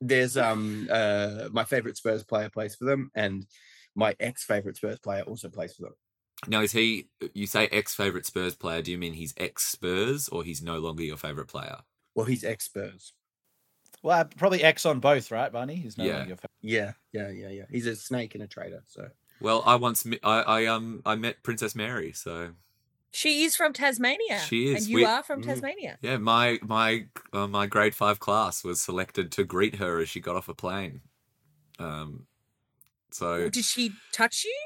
[SPEAKER 6] there's um uh my favorite Spurs player plays for them, and my ex favorite Spurs player also plays for them.
[SPEAKER 8] Now is he? You say ex favorite Spurs player? Do you mean he's ex Spurs or he's no longer your favorite player?
[SPEAKER 6] Well, he's ex Spurs.
[SPEAKER 7] Well, I- probably X on both, right, Barney? He's no
[SPEAKER 8] Yeah.
[SPEAKER 7] longer your fa-
[SPEAKER 6] Yeah, yeah, yeah, yeah. He's a snake and a traitor. So
[SPEAKER 8] Well, I once mi- I, I um I met Princess Mary, so
[SPEAKER 9] She is from Tasmania.
[SPEAKER 8] She is.
[SPEAKER 9] And you
[SPEAKER 8] We-
[SPEAKER 9] are from
[SPEAKER 6] Mm.
[SPEAKER 9] Tasmania.
[SPEAKER 8] yeah, my my uh, my grade five class was selected to greet her as she got off a plane. Um, so
[SPEAKER 9] Did she touch you?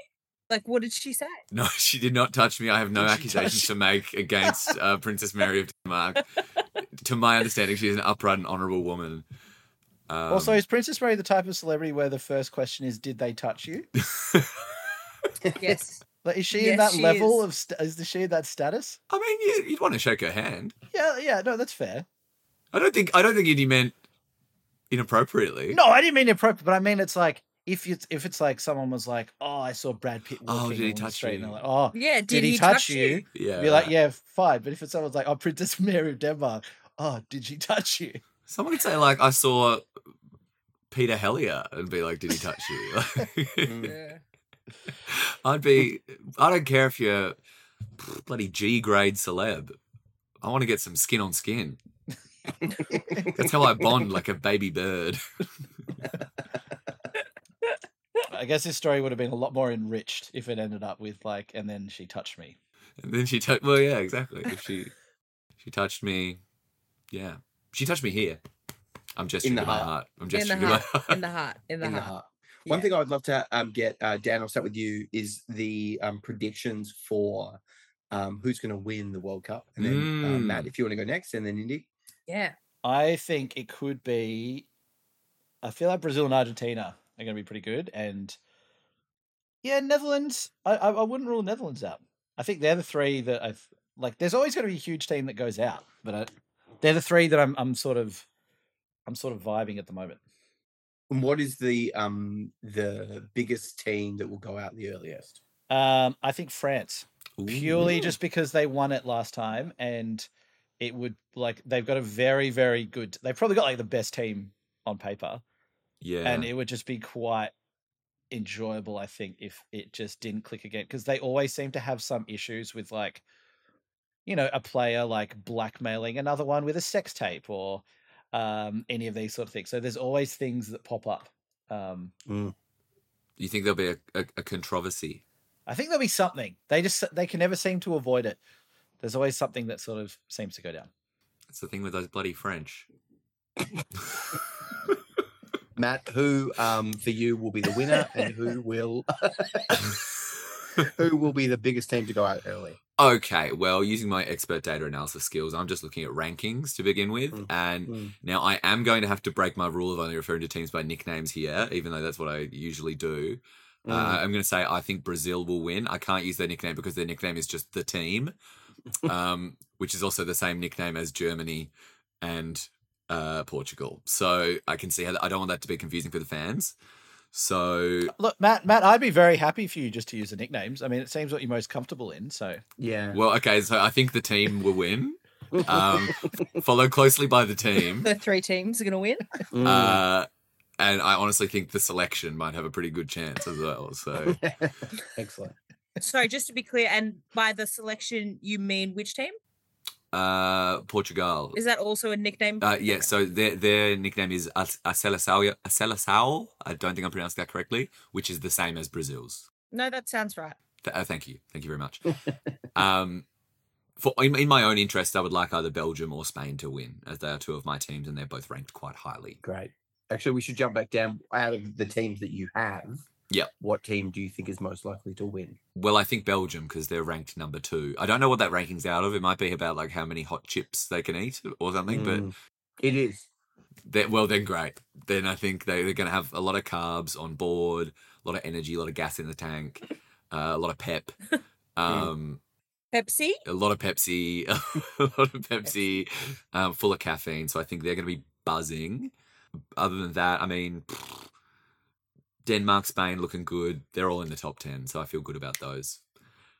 [SPEAKER 9] Like, what did she say?
[SPEAKER 8] No, she did not touch me. I have no
[SPEAKER 7] Did she
[SPEAKER 8] accusations
[SPEAKER 7] touch
[SPEAKER 8] to make against uh, Princess Mary of Denmark. to my understanding, she's an upright and honourable woman. Um,
[SPEAKER 7] Also, is Princess Mary the type of celebrity where the first question is, "Did they touch you?"
[SPEAKER 9] Yes.
[SPEAKER 7] Like, is she in
[SPEAKER 9] Yes,
[SPEAKER 7] that
[SPEAKER 9] she
[SPEAKER 7] level
[SPEAKER 9] is.
[SPEAKER 7] of st- is she in that status?
[SPEAKER 8] I mean, you, you'd want to shake her hand.
[SPEAKER 7] Yeah, yeah. No, that's fair.
[SPEAKER 8] I don't think. I don't think you meant inappropriately.
[SPEAKER 7] No, I didn't mean inappropriate, but I mean it's like if you if it's like someone was like, "Oh, I saw Brad Pitt
[SPEAKER 8] Oh,
[SPEAKER 7] walking
[SPEAKER 8] did he
[SPEAKER 7] on the
[SPEAKER 8] touch
[SPEAKER 7] street," and
[SPEAKER 8] you?
[SPEAKER 7] they're like, "Oh,
[SPEAKER 9] Yeah. Did,
[SPEAKER 7] did, he, touch, you?"
[SPEAKER 8] Yeah.
[SPEAKER 7] Be like,
[SPEAKER 8] right.
[SPEAKER 7] "Yeah, fine." But if it's someone's like, "Oh, Princess Mary of Denmark," oh, did she touch you?
[SPEAKER 8] Someone would say like, I saw Peter Hellier, and be like, Did he touch
[SPEAKER 7] Hmm.
[SPEAKER 8] you?
[SPEAKER 6] mm,
[SPEAKER 8] I'd be. I don't care if you're bloody G grade celeb. I want to get some skin on skin. That's how I bond like a baby bird.
[SPEAKER 7] I guess this story would have been a lot more enriched if it ended up with like, and then she touched me.
[SPEAKER 8] And then she touched. Well, yeah, exactly. If she she touched me, yeah, she touched me here. I'm gesturing
[SPEAKER 6] the
[SPEAKER 8] to my
[SPEAKER 6] heart.
[SPEAKER 8] heart. I'm
[SPEAKER 9] In the
[SPEAKER 8] gesturing to my
[SPEAKER 9] heart.
[SPEAKER 8] heart.
[SPEAKER 9] In the heart. In the
[SPEAKER 6] in the
[SPEAKER 9] heart.
[SPEAKER 6] heart. One
[SPEAKER 9] Yeah.
[SPEAKER 6] thing I would love to um, get uh, Dan. I'll start with you. Is the um, predictions for um, who's going to win the World Cup? And then uh,
[SPEAKER 8] Mm.
[SPEAKER 6] Matt, if you want to go next, and then Indy.
[SPEAKER 9] Yeah.
[SPEAKER 7] I think it could be. I feel like Brazil and Argentina are going to be pretty good, and yeah, Netherlands. I I, I wouldn't rule Netherlands out. I think they're the three that I've like. There's always going to be a huge team that goes out, but I, they're the three that I'm I'm sort of I'm sort of vibing at the moment.
[SPEAKER 6] And what is the um, the biggest team that will go out the earliest?
[SPEAKER 7] Um, I think France purely
[SPEAKER 8] Ooh.
[SPEAKER 7] just because they won it last time, and it would like they've got a very very good. They've probably got like the best team on paper.
[SPEAKER 8] yeah.
[SPEAKER 7] and it would just be quite enjoyable i think if it just didn't click again because they always seem to have some issues with like you know a player like blackmailing another one with a sex tape or um any of these sort of things so there's always things that pop up um
[SPEAKER 8] you think there'll be a, a, a controversy?
[SPEAKER 7] i think there'll be something they just they can never seem to avoid it there's always something that sort of seems to go down
[SPEAKER 8] That's the thing with those bloody French.
[SPEAKER 6] Matt, who um, for you will be the winner, and who will who will be the biggest team to go out early?
[SPEAKER 8] Okay, well, using my expert data analysis skills, I'm just looking at rankings to begin with,
[SPEAKER 6] Mm.
[SPEAKER 8] and
[SPEAKER 6] Mm.
[SPEAKER 8] Now, I am going to have to break my rule of only referring to teams by nicknames here, even though that's what I usually do. Uh,
[SPEAKER 6] Mm.
[SPEAKER 8] I'm going to say I think Brazil will win. I can't use their nickname because their nickname is just the team, um, which is also the same nickname as Germany and uh, Portugal. So I can see how I don't want that to be confusing for the fans. So
[SPEAKER 7] look matt matt i'd be very happy for you just to use the nicknames i mean it seems what you're most comfortable in so
[SPEAKER 6] Yeah.
[SPEAKER 8] well, okay, so I think the team will win, um, followed closely by the team.
[SPEAKER 9] The three teams are going to win.
[SPEAKER 6] Mm.
[SPEAKER 8] Uh, and I honestly think the selection might have a pretty good chance as well. So
[SPEAKER 6] Excellent.
[SPEAKER 9] Sorry, just to be clear, and by the selection, you mean which team?
[SPEAKER 8] uh, Portugal.
[SPEAKER 9] Is that also a nickname?
[SPEAKER 8] Uh, yeah, so their their nickname is Ac- Acelersau. Acelersau. I don't think I'm pronouncing that correctly, which is the same as Brazil's.
[SPEAKER 9] No, that sounds right.
[SPEAKER 8] Th- uh, thank you, thank you very much. um, for in, in my own interest, I would like either Belgium or Spain to win, as they are two of my teams, and they're both ranked quite highly.
[SPEAKER 6] Great. Actually, we should jump back down. Out of the teams that you have,
[SPEAKER 8] Yep.
[SPEAKER 6] What team do you think is most likely to win?
[SPEAKER 8] Well, I think Belgium because they're ranked number two. I don't know what that ranking's out of. It might be about like how many hot chips they can eat or something, but
[SPEAKER 6] Mm. It is.
[SPEAKER 8] They- well, then great. Then I think they, they're going to have a lot of carbs on board, a lot of energy, a lot of gas in the tank, uh, a lot of pep. Um,
[SPEAKER 9] Pepsi?
[SPEAKER 8] a lot of Pepsi, a lot of Pepsi, um, full of caffeine. So I think they're going to be buzzing. Other than that, I mean, Denmark, Spain looking good. They're all in the top 10. So I feel good about those.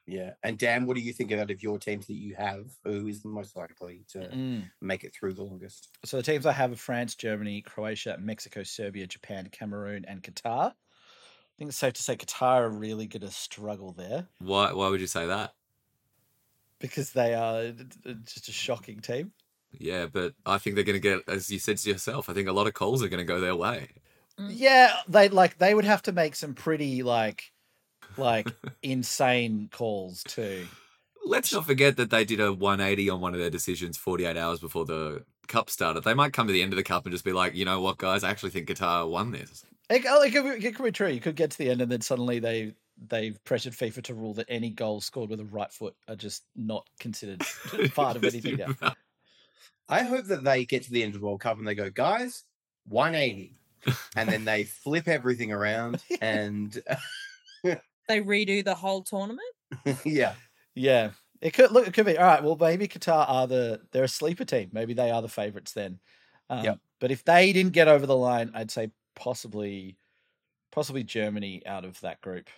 [SPEAKER 6] Yeah. And Dan, what do you think out of your teams that you have? Who is the most likely to
[SPEAKER 7] Mm.
[SPEAKER 6] make it through the longest?
[SPEAKER 7] So the teams I have are France, Germany, Croatia, Mexico, Serbia, Japan, Cameroon, and Qatar. I think it's safe to say Qatar are really going to struggle there
[SPEAKER 8] Why, why would you say that?
[SPEAKER 7] because they are uh, d- d- just a shocking team.
[SPEAKER 8] Yeah, but I think they're going to get, as you said to yourself, I think a lot of calls are going to go their way.
[SPEAKER 7] Yeah, they like they would have to make some pretty like like insane calls too.
[SPEAKER 8] Let's not forget that they did a 180 on one of their decisions 48 hours before the cup started. They might come to the end of the cup and just be like, you know what, guys, I actually think Qatar won this.
[SPEAKER 7] It, oh, it, could be, it could be true. You could get to the end and then suddenly they they've pressured FIFA to rule that any goals scored with a right foot are just not considered part of anything. Now.
[SPEAKER 6] I hope that they get to the end of the World Cup and they go, guys, 180. And then they flip everything around and
[SPEAKER 9] They redo the whole tournament?
[SPEAKER 6] yeah.
[SPEAKER 7] Yeah, it could look. It could be all right. Well, maybe Qatar are the they're a sleeper team. Maybe they are the favorites then. Um,
[SPEAKER 6] Yep.
[SPEAKER 7] But if they didn't get over the line, I'd say possibly, possibly Germany out of that group.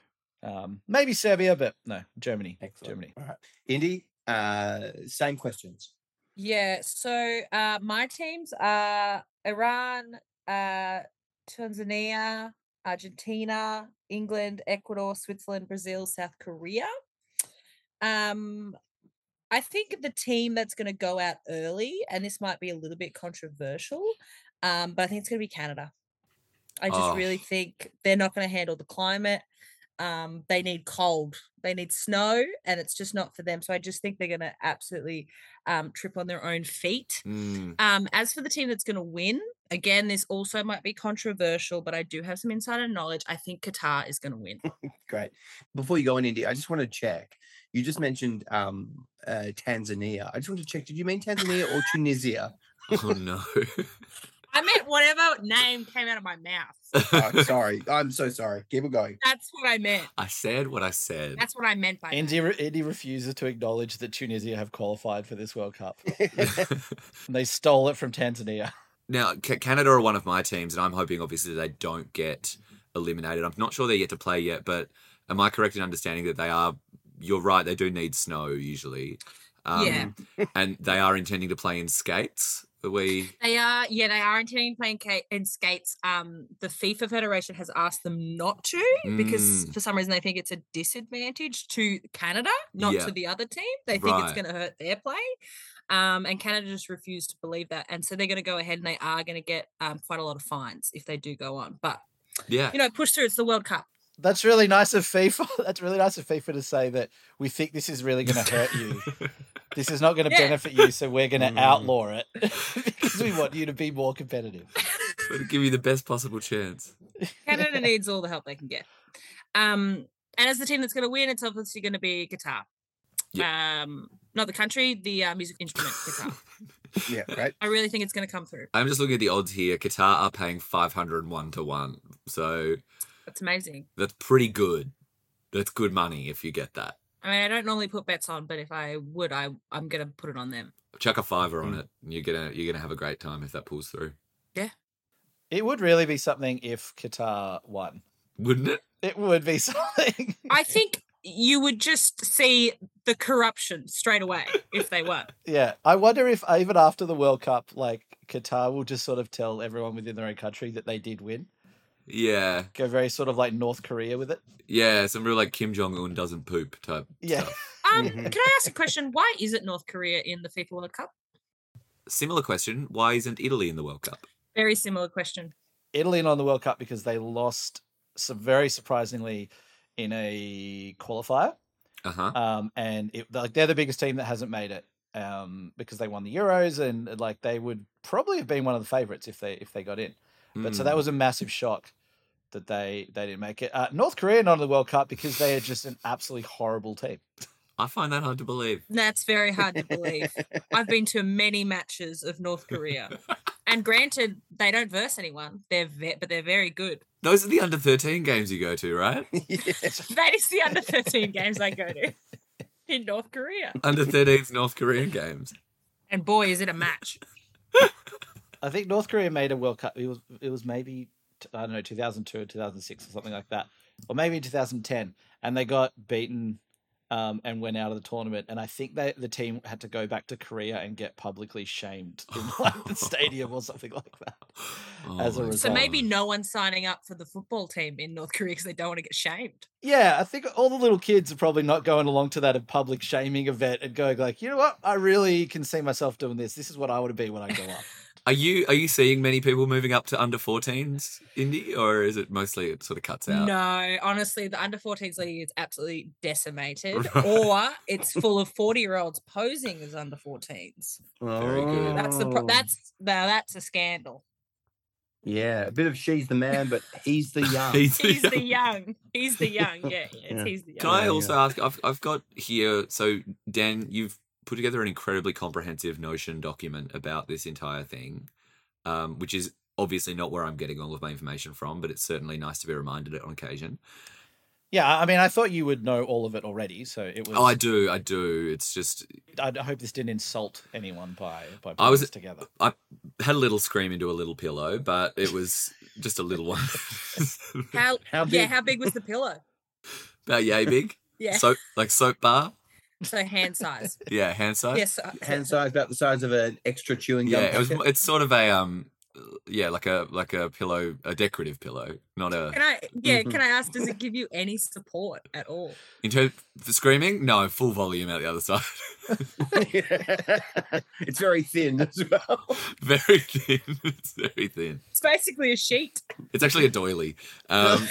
[SPEAKER 7] Um, maybe Serbia, but no, Germany.
[SPEAKER 6] Excellent.
[SPEAKER 7] Germany.
[SPEAKER 6] All right. Indy, uh, same questions.
[SPEAKER 9] Yeah, so uh, my teams are Iran, uh, Tanzania, Argentina, England, Ecuador, Switzerland, Brazil, South Korea. Um, I think the team that's going to go out early, and this might be a little bit controversial, um, but I think it's going to be Canada. I just
[SPEAKER 8] Oh.
[SPEAKER 9] really think they're not going to handle the climate. Um, they need cold, they need snow, and it's just not for them. So I just think they're going to absolutely um, trip on their own feet.
[SPEAKER 8] Mm.
[SPEAKER 9] Um, as for the team that's going to win, again, this also might be controversial, but I do have some insider knowledge. I think Qatar is going to win.
[SPEAKER 6] Great. Before you go on, Indy, I just want to check. You just mentioned um, uh, Tanzania. I just want to check. Did you mean Tanzania or Tunisia?
[SPEAKER 8] Oh, no.
[SPEAKER 9] I meant whatever name came out of my mouth.
[SPEAKER 6] oh, sorry. I'm so sorry. Keep it going.
[SPEAKER 9] That's what I meant.
[SPEAKER 8] I said what I said.
[SPEAKER 9] That's what I meant by that.
[SPEAKER 7] Indy, re- Indy refuses to acknowledge that Tunisia have qualified for this World Cup. and they stole it from Tanzania.
[SPEAKER 8] now, Ca- Canada are one of my teams, and I'm hoping obviously they don't get eliminated. I'm not sure they're yet to play yet, but am I correct in understanding that they are? You're right. They do need snow usually. Um,
[SPEAKER 9] Yeah.
[SPEAKER 8] and they are intending to play in skates. Are we
[SPEAKER 9] They are, yeah, they are intending to play in, ca- in skates. Um, the FIFA Federation has asked them not to because
[SPEAKER 8] Mm.
[SPEAKER 9] for some reason they think it's a disadvantage to Canada, not
[SPEAKER 8] Yeah.
[SPEAKER 9] to the other team. They think it's
[SPEAKER 8] Right.
[SPEAKER 9] going to hurt their play. Um, and Canada just refused to believe that. And so they're going to go ahead and they are going to get um, quite a lot of fines if they do go on. But,
[SPEAKER 8] Yeah.
[SPEAKER 9] you know, push through. It's the World Cup.
[SPEAKER 7] That's really nice of FIFA. That's really nice of FIFA to say that we think this is really going to hurt you. This is not going to
[SPEAKER 9] Yeah.
[SPEAKER 7] benefit you, so we're going
[SPEAKER 6] Mm.
[SPEAKER 7] to outlaw it because we want you to be more competitive.
[SPEAKER 8] Gotta give you the best possible chance.
[SPEAKER 9] Canada needs all the help they can get. Um, and as the team that's going to win, it's obviously going to be Qatar. Um, not the country, the uh, music instrument, Qatar.
[SPEAKER 6] Yeah, right.
[SPEAKER 9] I really think it's going to come through.
[SPEAKER 8] I'm just looking at the odds here. Qatar are paying 501 to 1. So
[SPEAKER 9] That's amazing.
[SPEAKER 8] that's pretty good. That's good money if you get that.
[SPEAKER 9] I mean, I don't normally put bets on, but if I would, I I'm going to put it on them.
[SPEAKER 8] Chuck a fiver on
[SPEAKER 9] Hmm.
[SPEAKER 6] Mm.
[SPEAKER 8] it. and You're gonna you're gonna have a great time if that pulls through.
[SPEAKER 7] It would really be something if Qatar won.
[SPEAKER 8] Wouldn't it?
[SPEAKER 7] It would be something.
[SPEAKER 9] I think you would just see the corruption straight away if they were.
[SPEAKER 7] yeah, I wonder if even after the World Cup, like Qatar will just sort of tell everyone within their own country that they did win.
[SPEAKER 8] Yeah.
[SPEAKER 7] Go very sort of like North Korea with it.
[SPEAKER 8] Yeah, some real like Kim Jong un doesn't poop type
[SPEAKER 7] Yeah.
[SPEAKER 8] stuff.
[SPEAKER 9] Um,
[SPEAKER 6] Mhm.
[SPEAKER 9] Can I ask a question? Why isn't North Korea in the FIFA World Cup?
[SPEAKER 8] Similar question, why isn't Italy in the World Cup?
[SPEAKER 9] Very similar question.
[SPEAKER 7] Italy not on the World Cup because they lost some very surprisingly in a qualifier.
[SPEAKER 8] Uh-huh.
[SPEAKER 7] Um, and it, like they're the biggest team that hasn't made it um, because they won the Euros and like they would probably have been one of the favorites if they if they got in. But so that
[SPEAKER 8] Mm.
[SPEAKER 7] was a massive shock that they they didn't make it. Uh, North Korea not on the World Cup because they are just an absolutely horrible team.
[SPEAKER 8] I find that hard to believe.
[SPEAKER 9] That's very hard to believe. I've been to many matches of North Korea. And granted, they don't verse anyone. They're ve- but they're very good.
[SPEAKER 8] Those are the under 13 games you go to, right?
[SPEAKER 9] That is the under thirteen games I go to in North Korea.
[SPEAKER 8] under 13's North Korean games.
[SPEAKER 9] And boy, is it a match!
[SPEAKER 7] I think North Korea made a World Cup. It was it was maybe t- I don't know 2002 or 2006 or something like that, or maybe 2010, and they got beaten um, and went out of the tournament. And I think they the team had to go back to Korea and get publicly shamed in like the stadium or something like that.
[SPEAKER 8] Oh
[SPEAKER 7] As a
[SPEAKER 8] my
[SPEAKER 9] So
[SPEAKER 7] result.
[SPEAKER 9] maybe
[SPEAKER 8] God.
[SPEAKER 9] no one's signing up for the football team in North Korea because they don't want to get shamed.
[SPEAKER 7] Yeah, I think all the little kids are probably not going along to that public shaming event and going like, you know what, I really can see myself doing this. This is what I want to be when I grow up.
[SPEAKER 8] Are you are you seeing many people moving up to under 14s indie or is it mostly it sort of cuts out?
[SPEAKER 9] No, honestly, the under 14s league is absolutely decimated,
[SPEAKER 8] Right.
[SPEAKER 9] or it's full of 40 year olds posing as under 14s.
[SPEAKER 8] Very good.
[SPEAKER 9] That's the pro-
[SPEAKER 6] Oh.
[SPEAKER 9] that's now that's a scandal.
[SPEAKER 6] yeah, a bit of she's the man, but he's the young.
[SPEAKER 8] He's the
[SPEAKER 9] He's the
[SPEAKER 8] young-
[SPEAKER 9] young. He's the young. Yeah, it's
[SPEAKER 6] Yeah.
[SPEAKER 9] he's the young.
[SPEAKER 8] Can I
[SPEAKER 6] Yeah,
[SPEAKER 8] also ask? I've I've got here. So Dan, you've put together an incredibly comprehensive Notion document about this entire thing, um, which is obviously not where I'm getting all of my information from, but it's certainly nice to be reminded on occasion.
[SPEAKER 7] yeah, I mean, I thought you would know all of it already, so it was.
[SPEAKER 8] Oh, I do, I do. It's just
[SPEAKER 7] I d- hope this didn't insult anyone by by putting
[SPEAKER 8] I was-
[SPEAKER 7] this together.
[SPEAKER 8] had a little scream into a little pillow, but it was just a little one,
[SPEAKER 9] How,
[SPEAKER 6] How big?
[SPEAKER 9] yeah, how big was the pillow?
[SPEAKER 8] about yay big,
[SPEAKER 9] Yeah, so,
[SPEAKER 8] soap like soap bar,
[SPEAKER 9] hand size.
[SPEAKER 8] yeah, hand size.
[SPEAKER 9] Yes, uh,
[SPEAKER 6] hand size about the size of an extra chewing
[SPEAKER 8] yeah,
[SPEAKER 6] gum.
[SPEAKER 8] it was.
[SPEAKER 6] packet.
[SPEAKER 8] It's sort of a um, yeah, like a like a pillow, a decorative pillow, not a.
[SPEAKER 9] Can I? Yeah,
[SPEAKER 8] Mm-hmm.
[SPEAKER 6] Mhm.
[SPEAKER 9] can I ask? Does it give you any support at all?
[SPEAKER 8] In terms for screaming, no, full volume out the other side.
[SPEAKER 6] it's very thin as well.
[SPEAKER 8] very thin. It's very thin.
[SPEAKER 9] It's basically a sheet.
[SPEAKER 8] It's actually a doily. Um,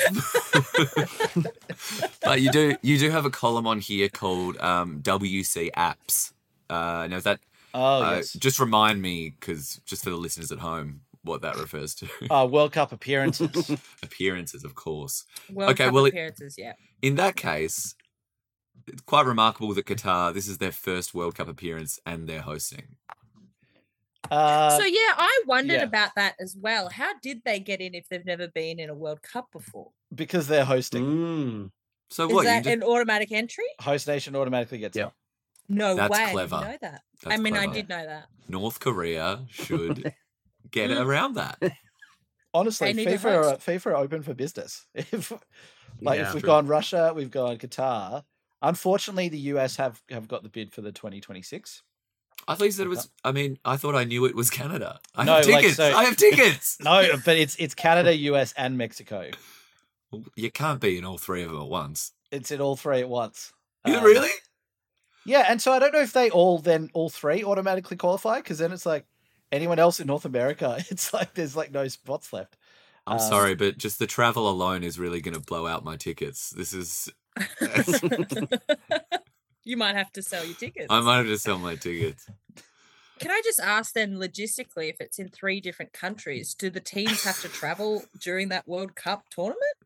[SPEAKER 8] but you do you do have a column on here called um, WC apps. Uh, now is that
[SPEAKER 7] Oh
[SPEAKER 8] uh,
[SPEAKER 7] yes.
[SPEAKER 8] just remind me because just for the listeners at home, what that refers to
[SPEAKER 7] Uh, World Cup appearances.
[SPEAKER 8] appearances, of course.
[SPEAKER 9] World
[SPEAKER 8] Okay,
[SPEAKER 9] Cup
[SPEAKER 8] well, it-
[SPEAKER 9] appearances. Yeah.
[SPEAKER 8] In that case, it's quite remarkable that Qatar. This is their first World Cup appearance, and they're hosting.
[SPEAKER 7] Uh,
[SPEAKER 9] so yeah, I wondered
[SPEAKER 7] yeah.
[SPEAKER 9] about that as well. How did they get in if they've never been in a World Cup before?
[SPEAKER 7] because they're hosting,
[SPEAKER 6] Mm.
[SPEAKER 8] So
[SPEAKER 9] Is
[SPEAKER 8] what? you
[SPEAKER 9] that
[SPEAKER 8] just-
[SPEAKER 9] an automatic entry?
[SPEAKER 8] Mm.
[SPEAKER 7] host nation automatically gets
[SPEAKER 6] Yeah.
[SPEAKER 7] it.
[SPEAKER 9] No
[SPEAKER 8] That's
[SPEAKER 9] way. I didn't
[SPEAKER 8] clever.
[SPEAKER 9] know that. I
[SPEAKER 8] that's
[SPEAKER 9] mean, I
[SPEAKER 8] clever.
[SPEAKER 9] did know that.
[SPEAKER 8] North Korea should get around that.
[SPEAKER 7] Honestly,
[SPEAKER 9] They need to
[SPEAKER 7] FIFA are,
[SPEAKER 9] host.
[SPEAKER 7] FIFA are open for business. If like
[SPEAKER 6] Yeah.
[SPEAKER 7] if we've
[SPEAKER 8] True.
[SPEAKER 7] gone Russia, we've gone Qatar. Unfortunately, the US have have got the bid for the 2026.
[SPEAKER 8] I thought you said it was. I mean, I thought I knew it was Canada. I
[SPEAKER 7] No,
[SPEAKER 8] have
[SPEAKER 7] like,
[SPEAKER 8] tickets.
[SPEAKER 7] so-
[SPEAKER 8] I have tickets.
[SPEAKER 7] No, but it's it's Canada, US, and Mexico.
[SPEAKER 8] You can't be in all three of them at once.
[SPEAKER 7] It's in all three at once.
[SPEAKER 8] You
[SPEAKER 7] Um,
[SPEAKER 8] really?
[SPEAKER 7] Yeah, and so I don't know if they all then all three automatically qualify because then it's like anyone else in North America, it's like there's like no spots left.
[SPEAKER 8] I'm
[SPEAKER 7] uh,
[SPEAKER 8] sorry, but just the travel alone is really going to blow out my tickets. This is.
[SPEAKER 9] You might have to sell your tickets.
[SPEAKER 8] I might have to sell my tickets.
[SPEAKER 9] Can I just ask then logistically if it's in three different countries, do the teams have to travel during that World Cup tournament?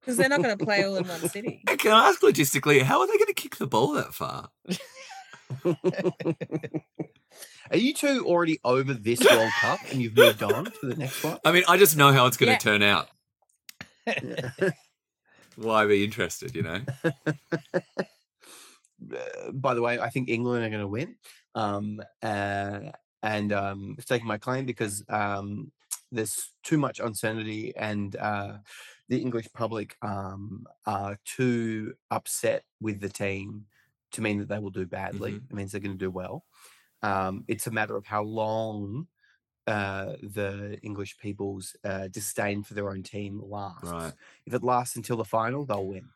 [SPEAKER 9] Because they're not going to play all in one city.
[SPEAKER 8] And Can I ask logistically, how are they going to kick the ball that far?
[SPEAKER 6] Are you two already over this World Cup and you've moved on to the next one?
[SPEAKER 8] I mean, I just know how it's going to
[SPEAKER 9] Yeah.
[SPEAKER 8] turn out. Why be interested? You know,
[SPEAKER 6] Uh, by the way, I think England are going to win. Um, uh, and um, staking my claim because um, there's too much uncertainty, and uh, the English public um, are too upset with the team to mean that they will do badly. It means they're going to do well. Um, it's a matter of how long uh, the English people's uh, disdain for their own team lasts
[SPEAKER 8] right?
[SPEAKER 6] if it lasts until the final, they'll win.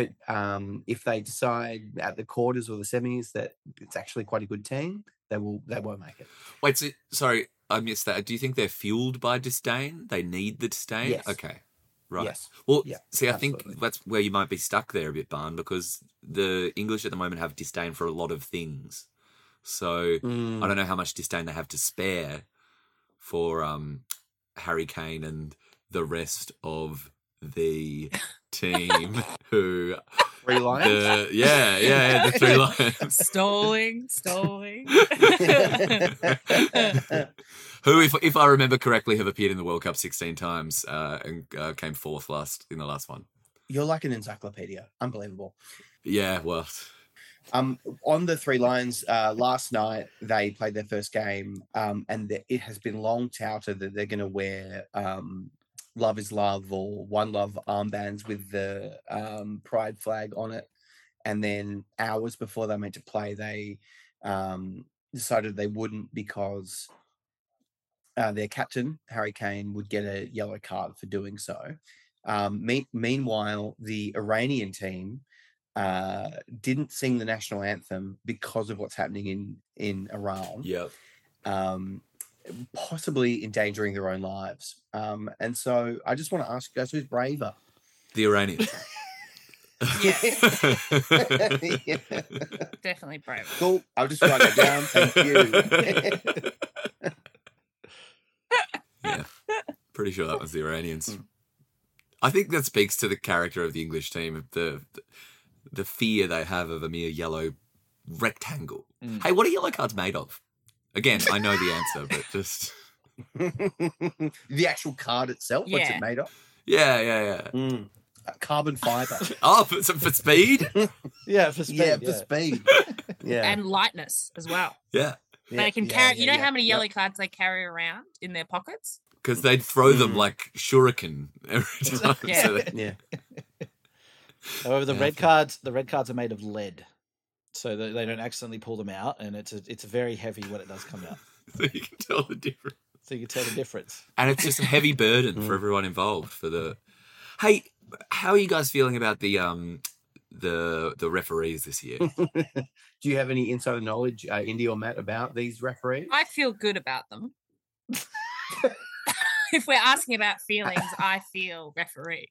[SPEAKER 6] it um, if they decide at the quarters or the semis that it's actually quite a good team, they will they won't make it.
[SPEAKER 8] Wait, so, sorry, I missed that. Do you think they're fueled by disdain? They need the disdain.
[SPEAKER 6] Yes.
[SPEAKER 8] Okay, right.
[SPEAKER 6] Yes.
[SPEAKER 8] Well,
[SPEAKER 6] Yeah,
[SPEAKER 8] see, I
[SPEAKER 6] absolutely.
[SPEAKER 8] think that's where you might be stuck there a bit, Barn, because the English at the moment have disdain for a lot of things. So
[SPEAKER 6] Mm.
[SPEAKER 8] I don't know how much disdain they have to spare for um, Harry Kane and the rest of the team who
[SPEAKER 6] Three lions.
[SPEAKER 8] the yeah yeah, yeah the three lions
[SPEAKER 9] Stalling, stalling.
[SPEAKER 8] who, if if I remember correctly, have appeared in the World Cup 16 times uh, and uh, came fourth last in the last one.
[SPEAKER 6] You're like an encyclopedia. Unbelievable.
[SPEAKER 8] Yeah, well,
[SPEAKER 6] Um, on the Three Lions, uh, last night they played their first game, um, and the, it has been long touted that they're going to wear um, "Love Is Love" or "One Love" armbands with the um, pride flag on it. And then hours before they meant to play, they um, decided they wouldn't because uh, their captain Harry Kane would get a yellow card for doing so. Um, me- meanwhile, the Iranian team uh, didn't sing the national anthem because of what's happening in in Iran,
[SPEAKER 8] yeah,
[SPEAKER 6] um, possibly endangering their own lives. Um, and so, I just want to ask you guys, who's braver?
[SPEAKER 8] the Iranians.
[SPEAKER 6] Yeah.
[SPEAKER 9] Definitely brave.
[SPEAKER 6] Cool. I'll just write it down. Thank you.
[SPEAKER 8] yeah, pretty sure that was the Iranians.
[SPEAKER 6] Hmm.
[SPEAKER 8] I think that speaks to the character of the English team, of the the fear they have of a mere yellow rectangle.
[SPEAKER 6] Hmm.
[SPEAKER 7] Mm.
[SPEAKER 8] Hey, what are yellow cards made of? Again, I know the answer, but just
[SPEAKER 6] the actual card itself, what's
[SPEAKER 9] Yeah.
[SPEAKER 6] it made of?
[SPEAKER 8] yeah, yeah, yeah.
[SPEAKER 6] Uh, Carbon fiber.
[SPEAKER 8] Oh, for, so- for speed?
[SPEAKER 7] Yeah, for speed.
[SPEAKER 6] yeah,
[SPEAKER 7] Yeah,
[SPEAKER 6] for speed. Yeah.
[SPEAKER 10] and lightness as well.
[SPEAKER 8] Yeah,
[SPEAKER 6] yeah,
[SPEAKER 10] they can
[SPEAKER 6] yeah,
[SPEAKER 10] carry.
[SPEAKER 6] yeah,
[SPEAKER 10] you know
[SPEAKER 6] yeah,
[SPEAKER 10] how many
[SPEAKER 6] yep.
[SPEAKER 10] yellow cards they carry around in their pockets?
[SPEAKER 8] because they'd throw them
[SPEAKER 6] Mm.
[SPEAKER 8] like shuriken every time.
[SPEAKER 10] Yeah.
[SPEAKER 8] So they-
[SPEAKER 6] Yeah.
[SPEAKER 7] However, the
[SPEAKER 8] Yeah,
[SPEAKER 7] red
[SPEAKER 8] okay.
[SPEAKER 7] cards the red cards are made of lead, so that they don't accidentally pull them out, and it's a, it's very heavy when it does come out,
[SPEAKER 8] so you can tell the difference.
[SPEAKER 7] so you can tell the difference.
[SPEAKER 8] And it's just a heavy burden for
[SPEAKER 6] Mm.
[SPEAKER 8] everyone involved. For the hey, how are you guys feeling about the um the the referees this year?
[SPEAKER 6] Do you have any insider knowledge, uh, Indy or Matt, about these referees?
[SPEAKER 10] I feel good about them. if we're asking about feelings, I feel referee.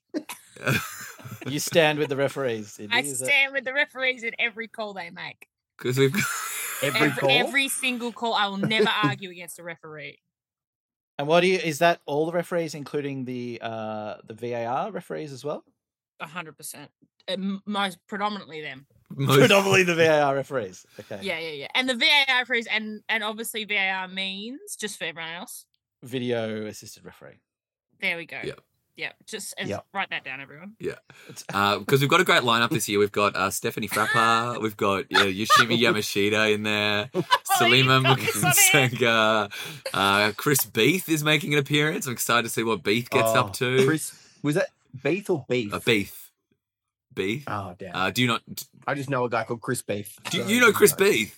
[SPEAKER 7] You stand with the referees. Cindy,
[SPEAKER 10] I
[SPEAKER 7] is that-
[SPEAKER 10] stand with the referees in every call they make.
[SPEAKER 8] Because we've got-
[SPEAKER 6] Every call?
[SPEAKER 10] every single call, I will never argue against a referee.
[SPEAKER 7] And what do you? Is that all the referees, including the uh the VAR referees as well?
[SPEAKER 10] A hundred percent. Uh, m- Most predominantly them.
[SPEAKER 8] most,
[SPEAKER 7] Predominantly the VAR referees. Okay.
[SPEAKER 10] Yeah, yeah, yeah. And the VAR referees, and and obviously VAR means just for everyone else.
[SPEAKER 7] Video assisted referee.
[SPEAKER 10] There we go.
[SPEAKER 8] Yep.
[SPEAKER 10] Yep. Just as,
[SPEAKER 6] Yep.
[SPEAKER 10] write that down, everyone.
[SPEAKER 7] It's-
[SPEAKER 8] because uh, we've got a great lineup this year. We've got uh, Stephanie Frappa, we've got uh, Yoshimi Yamashita in there, Salima
[SPEAKER 10] got this on
[SPEAKER 8] Mukansanga, uh, Chris Beath is making an appearance. I'm excited to see what Beath gets
[SPEAKER 6] Oh,
[SPEAKER 8] up to.
[SPEAKER 6] Chris, was that Beef or Beef?
[SPEAKER 8] uh, Beath, Beath.
[SPEAKER 6] Oh damn!
[SPEAKER 8] Uh, do you not? Do,
[SPEAKER 6] I just know a guy called Chris Beef.
[SPEAKER 8] you-
[SPEAKER 6] so,
[SPEAKER 8] you know Chris
[SPEAKER 6] know.
[SPEAKER 8] Beath?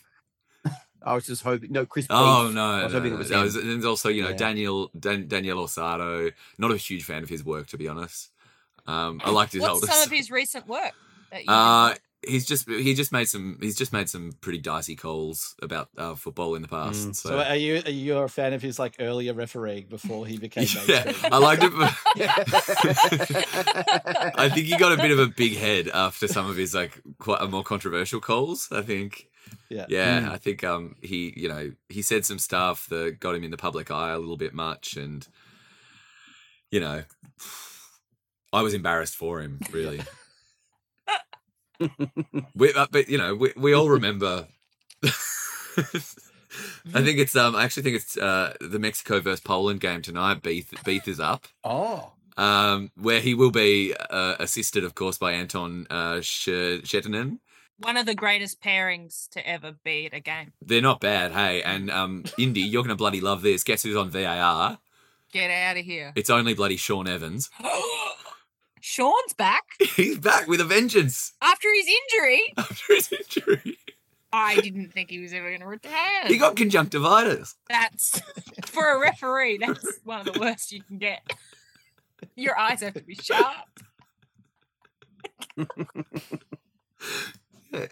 [SPEAKER 6] I was just hoping. No, Chris.
[SPEAKER 8] Oh
[SPEAKER 6] Beef. I
[SPEAKER 8] no,
[SPEAKER 6] was
[SPEAKER 8] no,
[SPEAKER 6] hoping
[SPEAKER 8] no.
[SPEAKER 6] it was
[SPEAKER 8] That
[SPEAKER 6] him.
[SPEAKER 8] was- and there's also you know
[SPEAKER 6] Yeah.
[SPEAKER 8] Daniel Dan, Daniel Orsado. Not a huge fan of his work to be honest. Um, I liked his
[SPEAKER 9] What's
[SPEAKER 8] older
[SPEAKER 9] some
[SPEAKER 8] stuff.
[SPEAKER 9] of his recent work? That you
[SPEAKER 8] Uh, he's just he just made some he's just made some pretty dicey calls about uh, football in the past.
[SPEAKER 6] Mm.
[SPEAKER 8] so,
[SPEAKER 7] so, are you are you a fan of his like earlier refereeing before he became
[SPEAKER 8] yeah,
[SPEAKER 7] mainstream?
[SPEAKER 8] I liked it. I think he got a bit of a big head after some of his like quite uh, more controversial calls. I think.
[SPEAKER 7] Yeah.
[SPEAKER 8] Yeah, I think um he you know he said some stuff that got him in the public eye a little bit much, and you know, I was embarrassed for him really. we, uh, but you know, we we all remember. I think it's um. I actually think it's uh the Mexico versus Poland game tonight. Beath Beath is up
[SPEAKER 6] oh,
[SPEAKER 8] um, where he will be uh, assisted, of course, by Anton uh, Sh- Shetinen.
[SPEAKER 10] One of the greatest pairings to ever be at a game.
[SPEAKER 8] They're not bad, hey. And um, Indy, you're going to bloody love this. Guess who's on VAR?
[SPEAKER 10] Get out of here.
[SPEAKER 8] It's only bloody Sean Evans.
[SPEAKER 10] Sean's back
[SPEAKER 8] He's back with a vengeance
[SPEAKER 10] after his injury.
[SPEAKER 8] after his injury.
[SPEAKER 10] I didn't think he was ever going to return.
[SPEAKER 8] He got conjunctivitis.
[SPEAKER 10] that's for a referee. That's one of the worst you can get. Your eyes have to be sharp.
[SPEAKER 8] Yeah,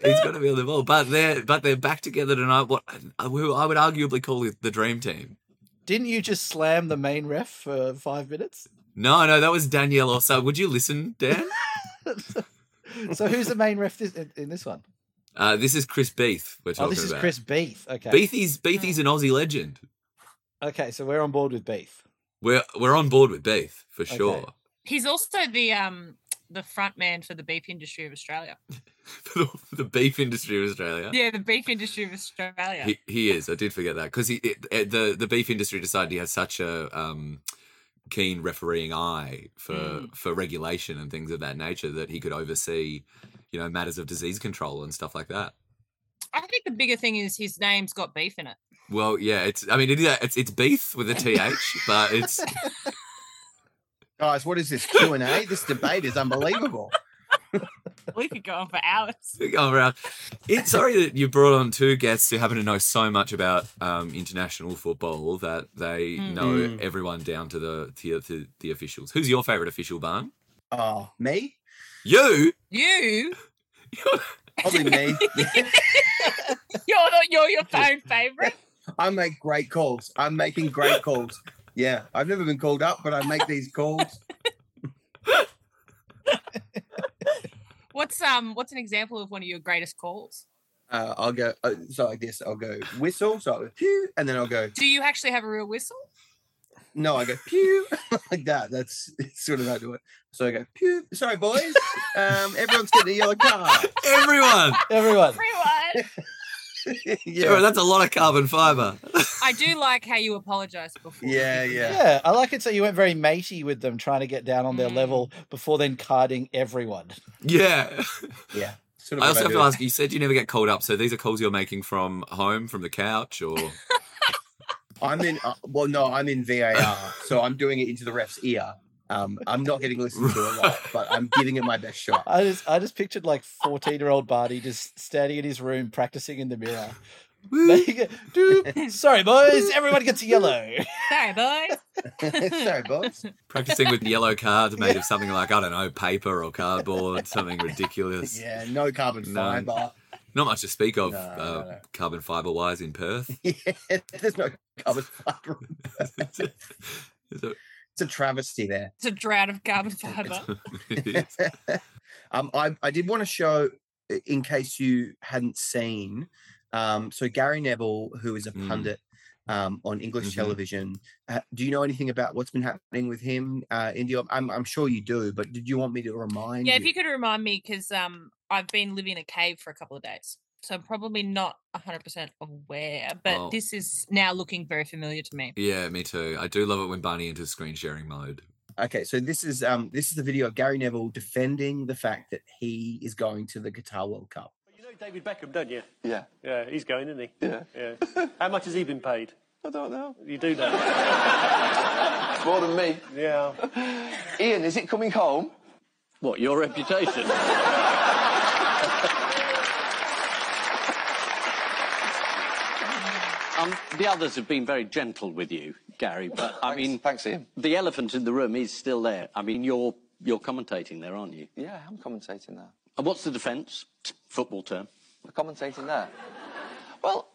[SPEAKER 8] He's going to be on the ball, but they're but they're back together tonight. What who I would arguably call the dream team.
[SPEAKER 7] Didn't you just slam the main ref for five minutes?
[SPEAKER 8] No, no, that was Danielle. Also, would you listen, Dan?
[SPEAKER 7] so who's the main ref this, in, in this one?
[SPEAKER 8] Uh, this is Chris Beath. We're talking
[SPEAKER 7] Oh, this is
[SPEAKER 8] about.
[SPEAKER 7] Chris Beef. Okay.
[SPEAKER 8] Beathy's Beathy's an Aussie legend.
[SPEAKER 7] Okay, so we're on board with Beef.
[SPEAKER 8] We're we're on board with Beef for sure.
[SPEAKER 10] He's also the um the front man for the beef industry of Australia.
[SPEAKER 8] for the, for the beef industry of Australia.
[SPEAKER 10] Yeah, the beef industry of Australia.
[SPEAKER 8] He, he is. I did forget that because he it, it- the the beef industry decided he has such a um, keen refereeing eye for for regulation and things of that nature that he could oversee, you know, matters of disease control and stuff like that.
[SPEAKER 10] I think the bigger thing is his name's got beef in it.
[SPEAKER 8] Well, yeah, it's. I mean, it is. a- It's it's beef with a th, but it's
[SPEAKER 6] Guys, what is this Q and A? This debate is unbelievable.
[SPEAKER 10] We could go on for hours.
[SPEAKER 8] going around. oh, It's sorry that you brought on two guests who happen to know so much about um, international football that they
[SPEAKER 10] Mm.
[SPEAKER 8] know
[SPEAKER 6] Mm.
[SPEAKER 8] everyone down to the to, to the officials. Who's your favourite official, Barn?
[SPEAKER 6] Oh, me?
[SPEAKER 8] You.
[SPEAKER 10] You,
[SPEAKER 6] Probably me.
[SPEAKER 10] you're not, you're your phone favorite.
[SPEAKER 6] I make great calls. I'm making great calls. Yeah, I've never been called up, but I make these calls.
[SPEAKER 10] What's um, what's an example of one of your greatest calls?
[SPEAKER 6] Uh, I'll go. Uh, so I guess I'll go whistle. So I'll go pew, and then I'll go
[SPEAKER 10] Do you actually have a real whistle?
[SPEAKER 6] no. I go pew like that. That's sort of how I do it. So I go pew. Sorry, boys. Um, everyone's getting a yellow card.
[SPEAKER 8] Everyone.
[SPEAKER 7] Everyone.
[SPEAKER 10] Everyone.
[SPEAKER 8] Sure,
[SPEAKER 6] yeah,
[SPEAKER 8] that's a lot of carbon fiber.
[SPEAKER 10] I do like how you apologise before. you
[SPEAKER 6] yeah,
[SPEAKER 10] do
[SPEAKER 6] yeah.
[SPEAKER 7] Yeah, I like it. So you went very matey with them, trying to get down on their
[SPEAKER 10] Mm.
[SPEAKER 7] level before then carding everyone.
[SPEAKER 8] yeah.
[SPEAKER 6] yeah. Sort
[SPEAKER 8] I
[SPEAKER 6] what
[SPEAKER 8] also have
[SPEAKER 6] do.
[SPEAKER 8] to ask you said you never get called up, so these are calls you're making from home, from the couch, or.
[SPEAKER 6] I'm in. Uh, well, no, I'm in VAR, so I'm doing it into the ref's ear. Um, I'm not getting listened to a lot, but I'm giving it my best shot.
[SPEAKER 7] I just, I just pictured like fourteen-year-old Barty just standing in his room practicing in the mirror. Making it- doop. Sorry, boys, everyone gets a yellow.
[SPEAKER 10] that. Sorry, boys.
[SPEAKER 6] Sorry, boss.
[SPEAKER 8] Practicing with yellow cards made of something like, I don't know, paper or cardboard, something ridiculous.
[SPEAKER 6] Yeah, no carbon
[SPEAKER 8] No.
[SPEAKER 6] fiber.
[SPEAKER 8] Not much to speak of
[SPEAKER 6] No,
[SPEAKER 8] uh,
[SPEAKER 6] no, no.
[SPEAKER 8] carbon fiber wise in Perth.
[SPEAKER 6] Yeah, there's no carbon fiber.
[SPEAKER 8] Is it-
[SPEAKER 6] It's a travesty there.
[SPEAKER 10] It's a drought of carbon fibre.
[SPEAKER 6] um, I, I did want to show, i- in case you hadn't seen, um, so Gary Neville, who is a
[SPEAKER 8] Mm.
[SPEAKER 6] pundit um, on English
[SPEAKER 10] Mm-hmm.
[SPEAKER 8] Mhm.
[SPEAKER 6] television, uh, do you know anything about what's been happening with him, uh, India? I'm, I'm sure you do, but did you want me to remind
[SPEAKER 10] Yeah, if you could remind me, because um, I've been living in a cave for a couple of days, so I'm probably not 100% aware, but
[SPEAKER 8] Oh.
[SPEAKER 10] this is now looking very familiar to me.
[SPEAKER 8] yeah, me too. I do love it when Barney enters screen sharing mode.
[SPEAKER 6] Okay, so this is um, this is the video of Gary Neville defending the fact that he is going to the Qatar World Cup.
[SPEAKER 11] You know David Beckham, don't you?
[SPEAKER 2] Yeah.
[SPEAKER 11] Yeah, he's going, isn't he?
[SPEAKER 2] Yeah.
[SPEAKER 11] Yeah. How much has he been paid?
[SPEAKER 2] I don't know.
[SPEAKER 11] You do know.
[SPEAKER 2] It's more than me.
[SPEAKER 11] yeah.
[SPEAKER 2] Ian, is it coming home?
[SPEAKER 11] What, your reputation?
[SPEAKER 2] Um, the others have been very gentle with you, Gary, but I mean,
[SPEAKER 11] thanks, Ian.
[SPEAKER 2] the elephant in the room is still there. I mean, you're you're commentating there, aren't you?
[SPEAKER 11] Yeah, I'm commentating there.
[SPEAKER 2] And what's the defence? Football term.
[SPEAKER 11] I'm commentating there. Well,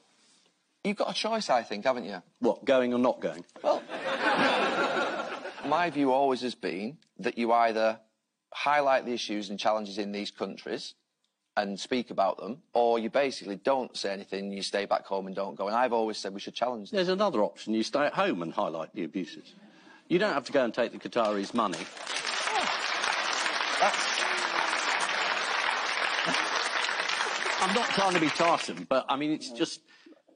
[SPEAKER 11] you've got a choice, I think, haven't you?
[SPEAKER 2] What, going or not going?
[SPEAKER 11] Well, my view always has been that you either highlight the issues and challenges in these countries and speak about them, or you basically don't say anything, you stay back home and don't go. And I've always said we should challenge them.
[SPEAKER 2] There's another option. You stay at home and highlight the abuses. You don't have to go and take the Qataris' money. I'm not trying to be Tarzan, but I mean, it's just,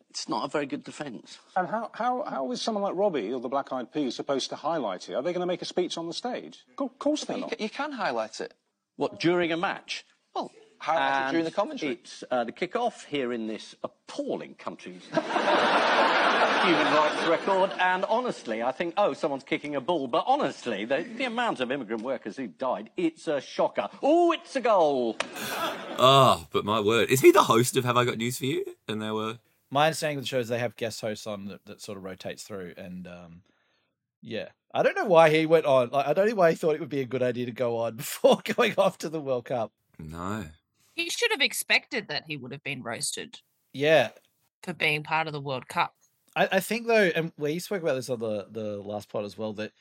[SPEAKER 2] it's not a very good defence.
[SPEAKER 11] And how, how, how is someone like Robbie or the Black Eyed Peas supposed to highlight it? Are they going to make a speech on the stage? Of course they're not. You can highlight it.
[SPEAKER 2] What, during a match?
[SPEAKER 11] Well, highlight it
[SPEAKER 2] And
[SPEAKER 11] during the commentary.
[SPEAKER 2] It's uh, the kick-off here in this appalling country's human rights record. And honestly, I think, oh, someone's kicking a ball. But honestly, the, the amount of immigrant workers who died, it's a shocker. Oh, it's a goal.
[SPEAKER 8] Oh, but my word. Is he the host of Have I Got News For You? And they were.
[SPEAKER 7] My understanding of the show is they have guest hosts on that, that sort of rotates through, and um, yeah, I don't know why he went on. Like, I don't know why he thought it would be a good idea to go on before going off to the World Cup.
[SPEAKER 8] No.
[SPEAKER 10] He should have expected that he would have been roasted
[SPEAKER 7] Yeah,
[SPEAKER 10] for being part of the World Cup.
[SPEAKER 7] I, I think though, and we spoke about this on the the last pod as well, that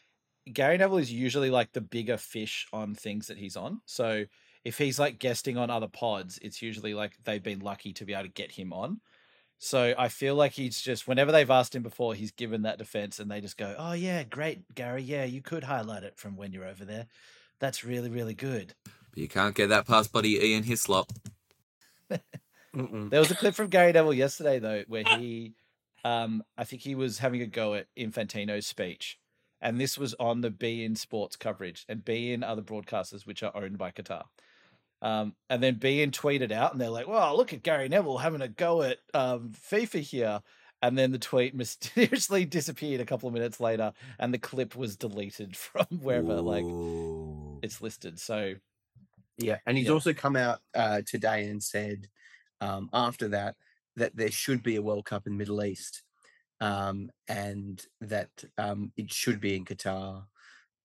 [SPEAKER 7] Gary Neville is usually like the bigger fish on things that he's on. So if he's like guesting on other pods, it's usually like they've been lucky to be able to get him on. So I feel like he's just whenever they've asked him before, he's given that defense, and they just go, "Oh yeah, great, Gary. Yeah, you could highlight it from when you're over there." That's really, really good.
[SPEAKER 8] But you can't get that past Buddy E Ian Hislop.
[SPEAKER 7] There was a clip from Gary Neville yesterday though, where he, um, I think he was having a go at Infantino's speech, and this was on the Be In Sports coverage, and Be In are the broadcasters which are owned by Qatar. Um, and then Be In tweeted out, and they're like, "Well, look at Gary Neville having a go at um, FIFA here." And then the tweet mysteriously disappeared a couple of minutes later, and the clip was deleted from wherever like it's listed. So
[SPEAKER 6] Yeah, and he's
[SPEAKER 7] Yeah.
[SPEAKER 6] also come out uh, today and said um, after that that there should be a World Cup in the Middle East, um, and that um, it should be in Qatar.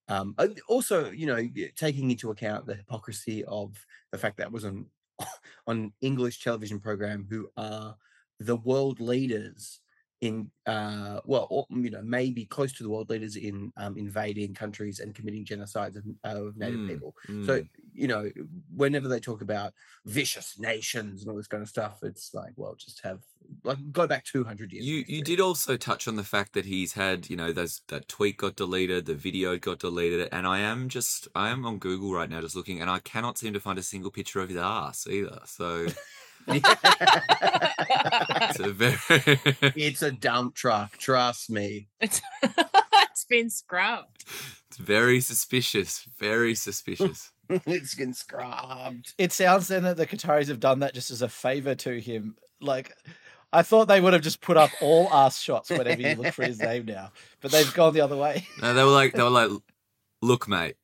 [SPEAKER 6] Um, and also, you know, y- taking into account the hypocrisy of the fact that was on on English television program who are the world leaders in uh, well, or, you know, maybe close to the world leaders in um, invading countries and committing genocides of, of native
[SPEAKER 8] Mm,
[SPEAKER 6] people. So you know, whenever they talk about vicious nations and all this kind of stuff, it's like, well, just have like go back two hundred years.
[SPEAKER 8] You you did also touch on the fact that he's had you know those that tweet got deleted, the video got deleted, and I am just I am on Google right now just looking, and I cannot seem to find a single picture of his ass either. So it's a very
[SPEAKER 6] it's a dump truck, trust me.
[SPEAKER 10] It's, it's been scrubbed.
[SPEAKER 8] it's very suspicious, very suspicious.
[SPEAKER 6] it's getting scrubbed.
[SPEAKER 7] it sounds then that the Qataris have done that just as a favor to him. Like, I thought they would have just put up all ass shots whenever you look for his name now, but they've gone the other way.
[SPEAKER 8] No, they were like they were like, look, mate,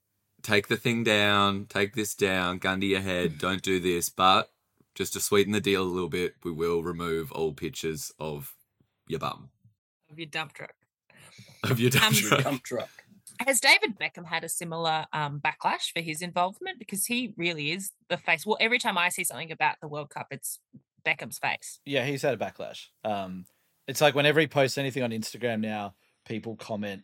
[SPEAKER 8] take the thing down, take this down, gun to your head, don't do this, but just to sweeten the deal a little bit, we will remove all pictures of your bum
[SPEAKER 10] Of your dump truck.
[SPEAKER 8] of your dump
[SPEAKER 10] Um,
[SPEAKER 8] truck.
[SPEAKER 6] Dump truck.
[SPEAKER 10] Has David Beckham had a similar um, backlash for his involvement? Because he really is the face. Well, every time I see something about the World Cup, it's Beckham's face.
[SPEAKER 7] Yeah, he's had a backlash. Um, it's like whenever he posts anything on Instagram now, people comment.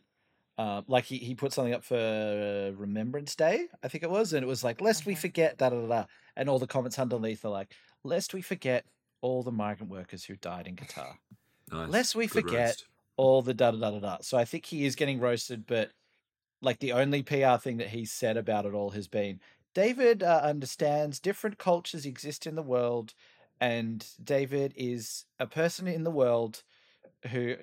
[SPEAKER 7] Uh, like he, he put something up for uh, Remembrance Day, I think it was, and it was like, lest we forget, da da da, da," and all the comments underneath are like, lest we forget all the migrant workers who died in Qatar.
[SPEAKER 8] Nice.
[SPEAKER 7] lest we
[SPEAKER 8] Good
[SPEAKER 7] forget
[SPEAKER 8] roast.
[SPEAKER 7] all the da da da da da. So I think he is getting roasted, but like the only PR thing that he's said about it all has been David uh, understands different cultures exist in the world, and David is a person in the world who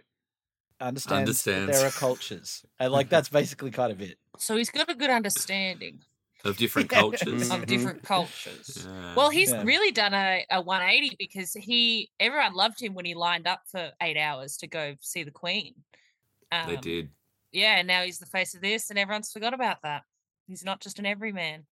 [SPEAKER 7] understands, that there are
[SPEAKER 8] Understands.
[SPEAKER 7] cultures, and like that's basically kind of it.
[SPEAKER 10] So he's got a good understanding
[SPEAKER 8] of different
[SPEAKER 7] Yeah.
[SPEAKER 8] cultures.
[SPEAKER 10] of different cultures.
[SPEAKER 8] Mm-hmm. Yeah.
[SPEAKER 10] Well, he's
[SPEAKER 7] Yeah.
[SPEAKER 10] really done a, a 180 because he everyone loved him when he lined up for eight hours to go see the Queen. Um,
[SPEAKER 8] they did.
[SPEAKER 10] Yeah, and now he's the face of this, and everyone's forgot about that. He's not just an everyman.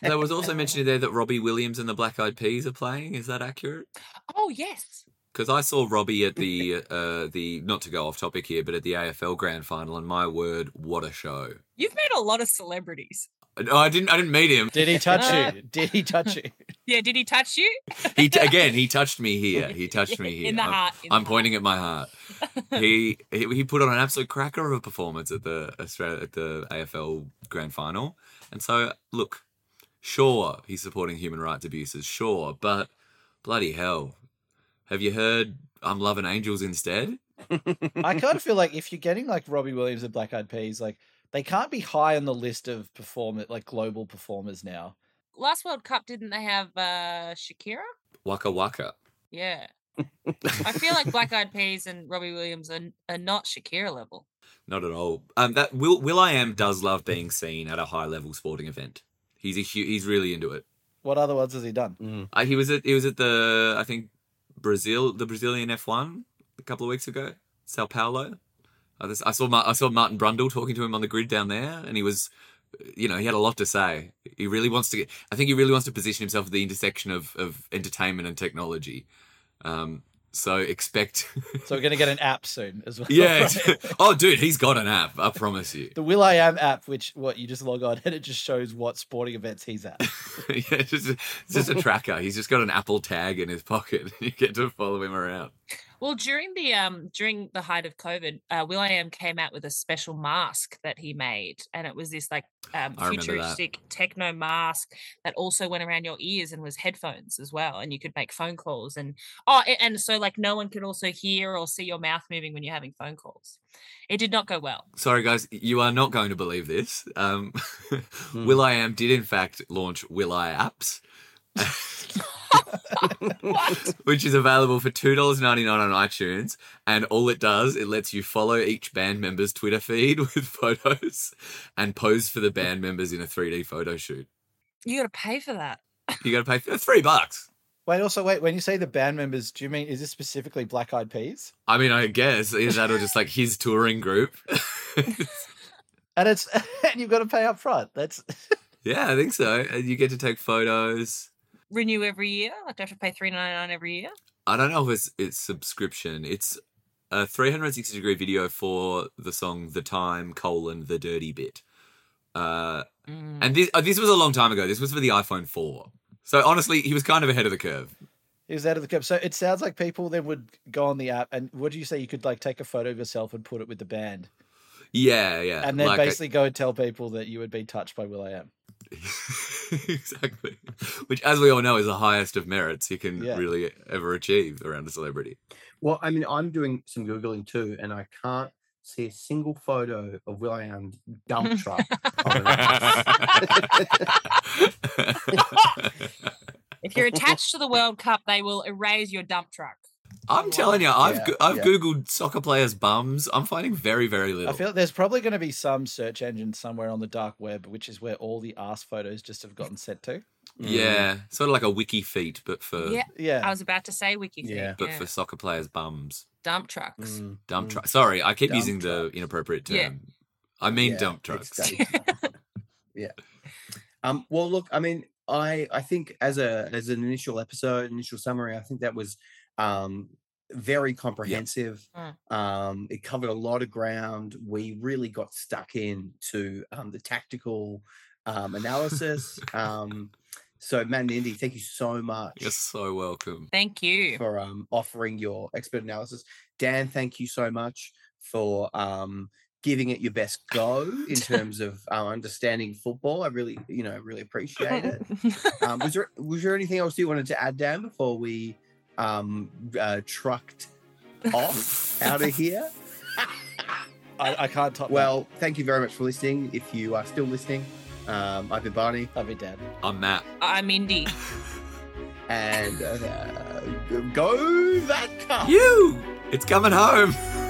[SPEAKER 8] There was also mentioned in there that Robbie Williams and the Black Eyed Peas are playing. Is that accurate?
[SPEAKER 10] Oh yes,
[SPEAKER 8] Because I saw Robbie at the uh, the not to go off topic here, but at the AFL Grand Final, and my word, what a show!
[SPEAKER 10] you've met a lot of celebrities.
[SPEAKER 8] No, I didn't. I didn't meet him.
[SPEAKER 7] Did he touch you? Did he touch you?
[SPEAKER 10] Yeah, did he touch you?
[SPEAKER 8] He t- again. He touched me here. He touched me here.
[SPEAKER 10] In the
[SPEAKER 8] I'm,
[SPEAKER 10] heart, in the
[SPEAKER 8] I'm pointing at my heart. He, he he put on an absolute cracker of a performance at the Australia at the AFL Grand Final. And so, look, sure, he's supporting human rights abuses, sure, but bloody hell, have you heard? I'm loving angels instead.
[SPEAKER 7] I kind of feel like if you're getting like Robbie Williams and Black Eyed Peas, like they can't be high on the list of performer like global performers now.
[SPEAKER 10] Last World Cup, didn't they have uh, Shakira?
[SPEAKER 8] Waka waka.
[SPEAKER 10] Yeah. I feel like Black Eyed Peas and Robbie Williams are, are not Shakira level.
[SPEAKER 8] Not at all. Um, that Will Will I am does love being seen at a high level sporting event. He's a hu- he's really into it.
[SPEAKER 7] What other ones has he done?
[SPEAKER 8] Uh, he was at he was at the I think Brazil the Brazilian F one a couple of weeks ago, Sao Paulo. I, just, I saw Ma- I saw Martin Brundle talking to him on the grid down there, and he was, you know, he had a lot to say. He really wants to get. I think he really wants to position himself at the intersection of of entertainment and technology. Um, so expect,
[SPEAKER 7] So we're gonna get an app soon as well.
[SPEAKER 8] yeah.
[SPEAKER 7] right?
[SPEAKER 8] oh, dude, he's got an app. I promise you.
[SPEAKER 7] The Will I Am app, which what you just log on and it just shows what sporting events he's at.
[SPEAKER 8] yeah, it's just, it's just a tracker. He's just got an Apple tag in his pocket. You get to follow him around.
[SPEAKER 9] Well, during the um during the height of COVID, uh, Will I Am came out with a special mask that he made, and it was this like um,
[SPEAKER 8] I remember that.
[SPEAKER 9] futuristic techno mask that also went around your ears and was headphones as well, and you could make phone calls and oh, a- and so like no one could also hear or see your mouth moving when you're having phone calls. It did not go well.
[SPEAKER 8] Sorry, guys, you are not going to believe this. Um, Will I Am did in fact launch Will I Apps. Which is available for two dollars ninety nine on iTunes, and all it does it lets you follow each band member's Twitter feed with photos, and pose for the band members in a three D photo shoot.
[SPEAKER 9] You got to pay for that.
[SPEAKER 8] You got to pay th- three bucks.
[SPEAKER 7] Wait, also wait. When you say the band members, do you mean is this specifically Black Eyed Peas?
[SPEAKER 8] I mean, I guess either that or just like his touring group.
[SPEAKER 7] And it's and you've got to pay up front. That's
[SPEAKER 8] Yeah, I think so. And you get to take photos.
[SPEAKER 9] Renew every year. Like, do I have to pay three ninety nine every year?
[SPEAKER 8] I don't know if it's it's subscription. It's a 360 degree video for the song "The Time: colon The Dirty Bit," uh,
[SPEAKER 7] Hmm.
[SPEAKER 8] and this uh, this was a long time ago. This was for the iPhone 4. So honestly, he was kind of ahead of the curve.
[SPEAKER 7] it was out of the cup. So it sounds like people then would go on the app and would you say you could like take a photo of yourself and put it with the band,
[SPEAKER 8] Yeah, yeah.
[SPEAKER 7] and then
[SPEAKER 8] like, uh,
[SPEAKER 7] basically go and tell people that you had been touched by Will I Am.
[SPEAKER 8] exactly, which, as we all know, is the highest of merits you can
[SPEAKER 6] Yeah.
[SPEAKER 8] really ever achieve around a celebrity.
[SPEAKER 6] Well, I mean, I'm doing some googling too, and I can't see a single photo of Will I Am dump truck. on it.
[SPEAKER 9] If you're attached to the World Cup, they will erase your dump truck.
[SPEAKER 8] I'm telling you, I've
[SPEAKER 7] Yeah,
[SPEAKER 8] go- I've
[SPEAKER 7] yeah.
[SPEAKER 8] googled soccer players' bums. I'm finding very very little.
[SPEAKER 7] I feel like there's probably going to be some search engine somewhere on the dark web, which is where all the ass photos just have gotten sent to.
[SPEAKER 8] Yeah, sort of like a wiki feet, but for
[SPEAKER 9] Mm-hmm. yeah,
[SPEAKER 7] yeah.
[SPEAKER 9] I was about to say wiki. Yeah,
[SPEAKER 8] but for soccer players' bums,
[SPEAKER 9] dump trucks.
[SPEAKER 6] Mm.
[SPEAKER 8] dump truck. Sorry, I keep
[SPEAKER 9] Dump
[SPEAKER 8] using the inappropriate term.
[SPEAKER 9] Yeah.
[SPEAKER 8] I mean
[SPEAKER 6] Yeah,
[SPEAKER 8] dump
[SPEAKER 6] it's
[SPEAKER 8] trucks.
[SPEAKER 6] yeah. Um, well, look, I mean, I I think as a as an initial episode, initial summary, I think that was um, very comprehensive. Um, it covered a lot of ground. We really got stuck into um, the tactical um, analysis. um, so, Matt and Indy, thank you so much.
[SPEAKER 8] You're so welcome.
[SPEAKER 9] Thank you.
[SPEAKER 6] for um, offering your expert analysis. Dan, thank you so much for um, giving it your best go in terms of uh, understanding football. I really, you know, I really appreciate it. Um, was there was there anything else you wanted to add, Dan, before we um, uh, trucked off out of here?
[SPEAKER 7] I, I can't top.
[SPEAKER 6] Well, thank you very much for listening. If you are still listening, um, I've been Barney.
[SPEAKER 7] I've been Dan.
[SPEAKER 8] I'm Matt.
[SPEAKER 9] I'm Indy.
[SPEAKER 6] And uh, go that cup.
[SPEAKER 8] You. It's coming home.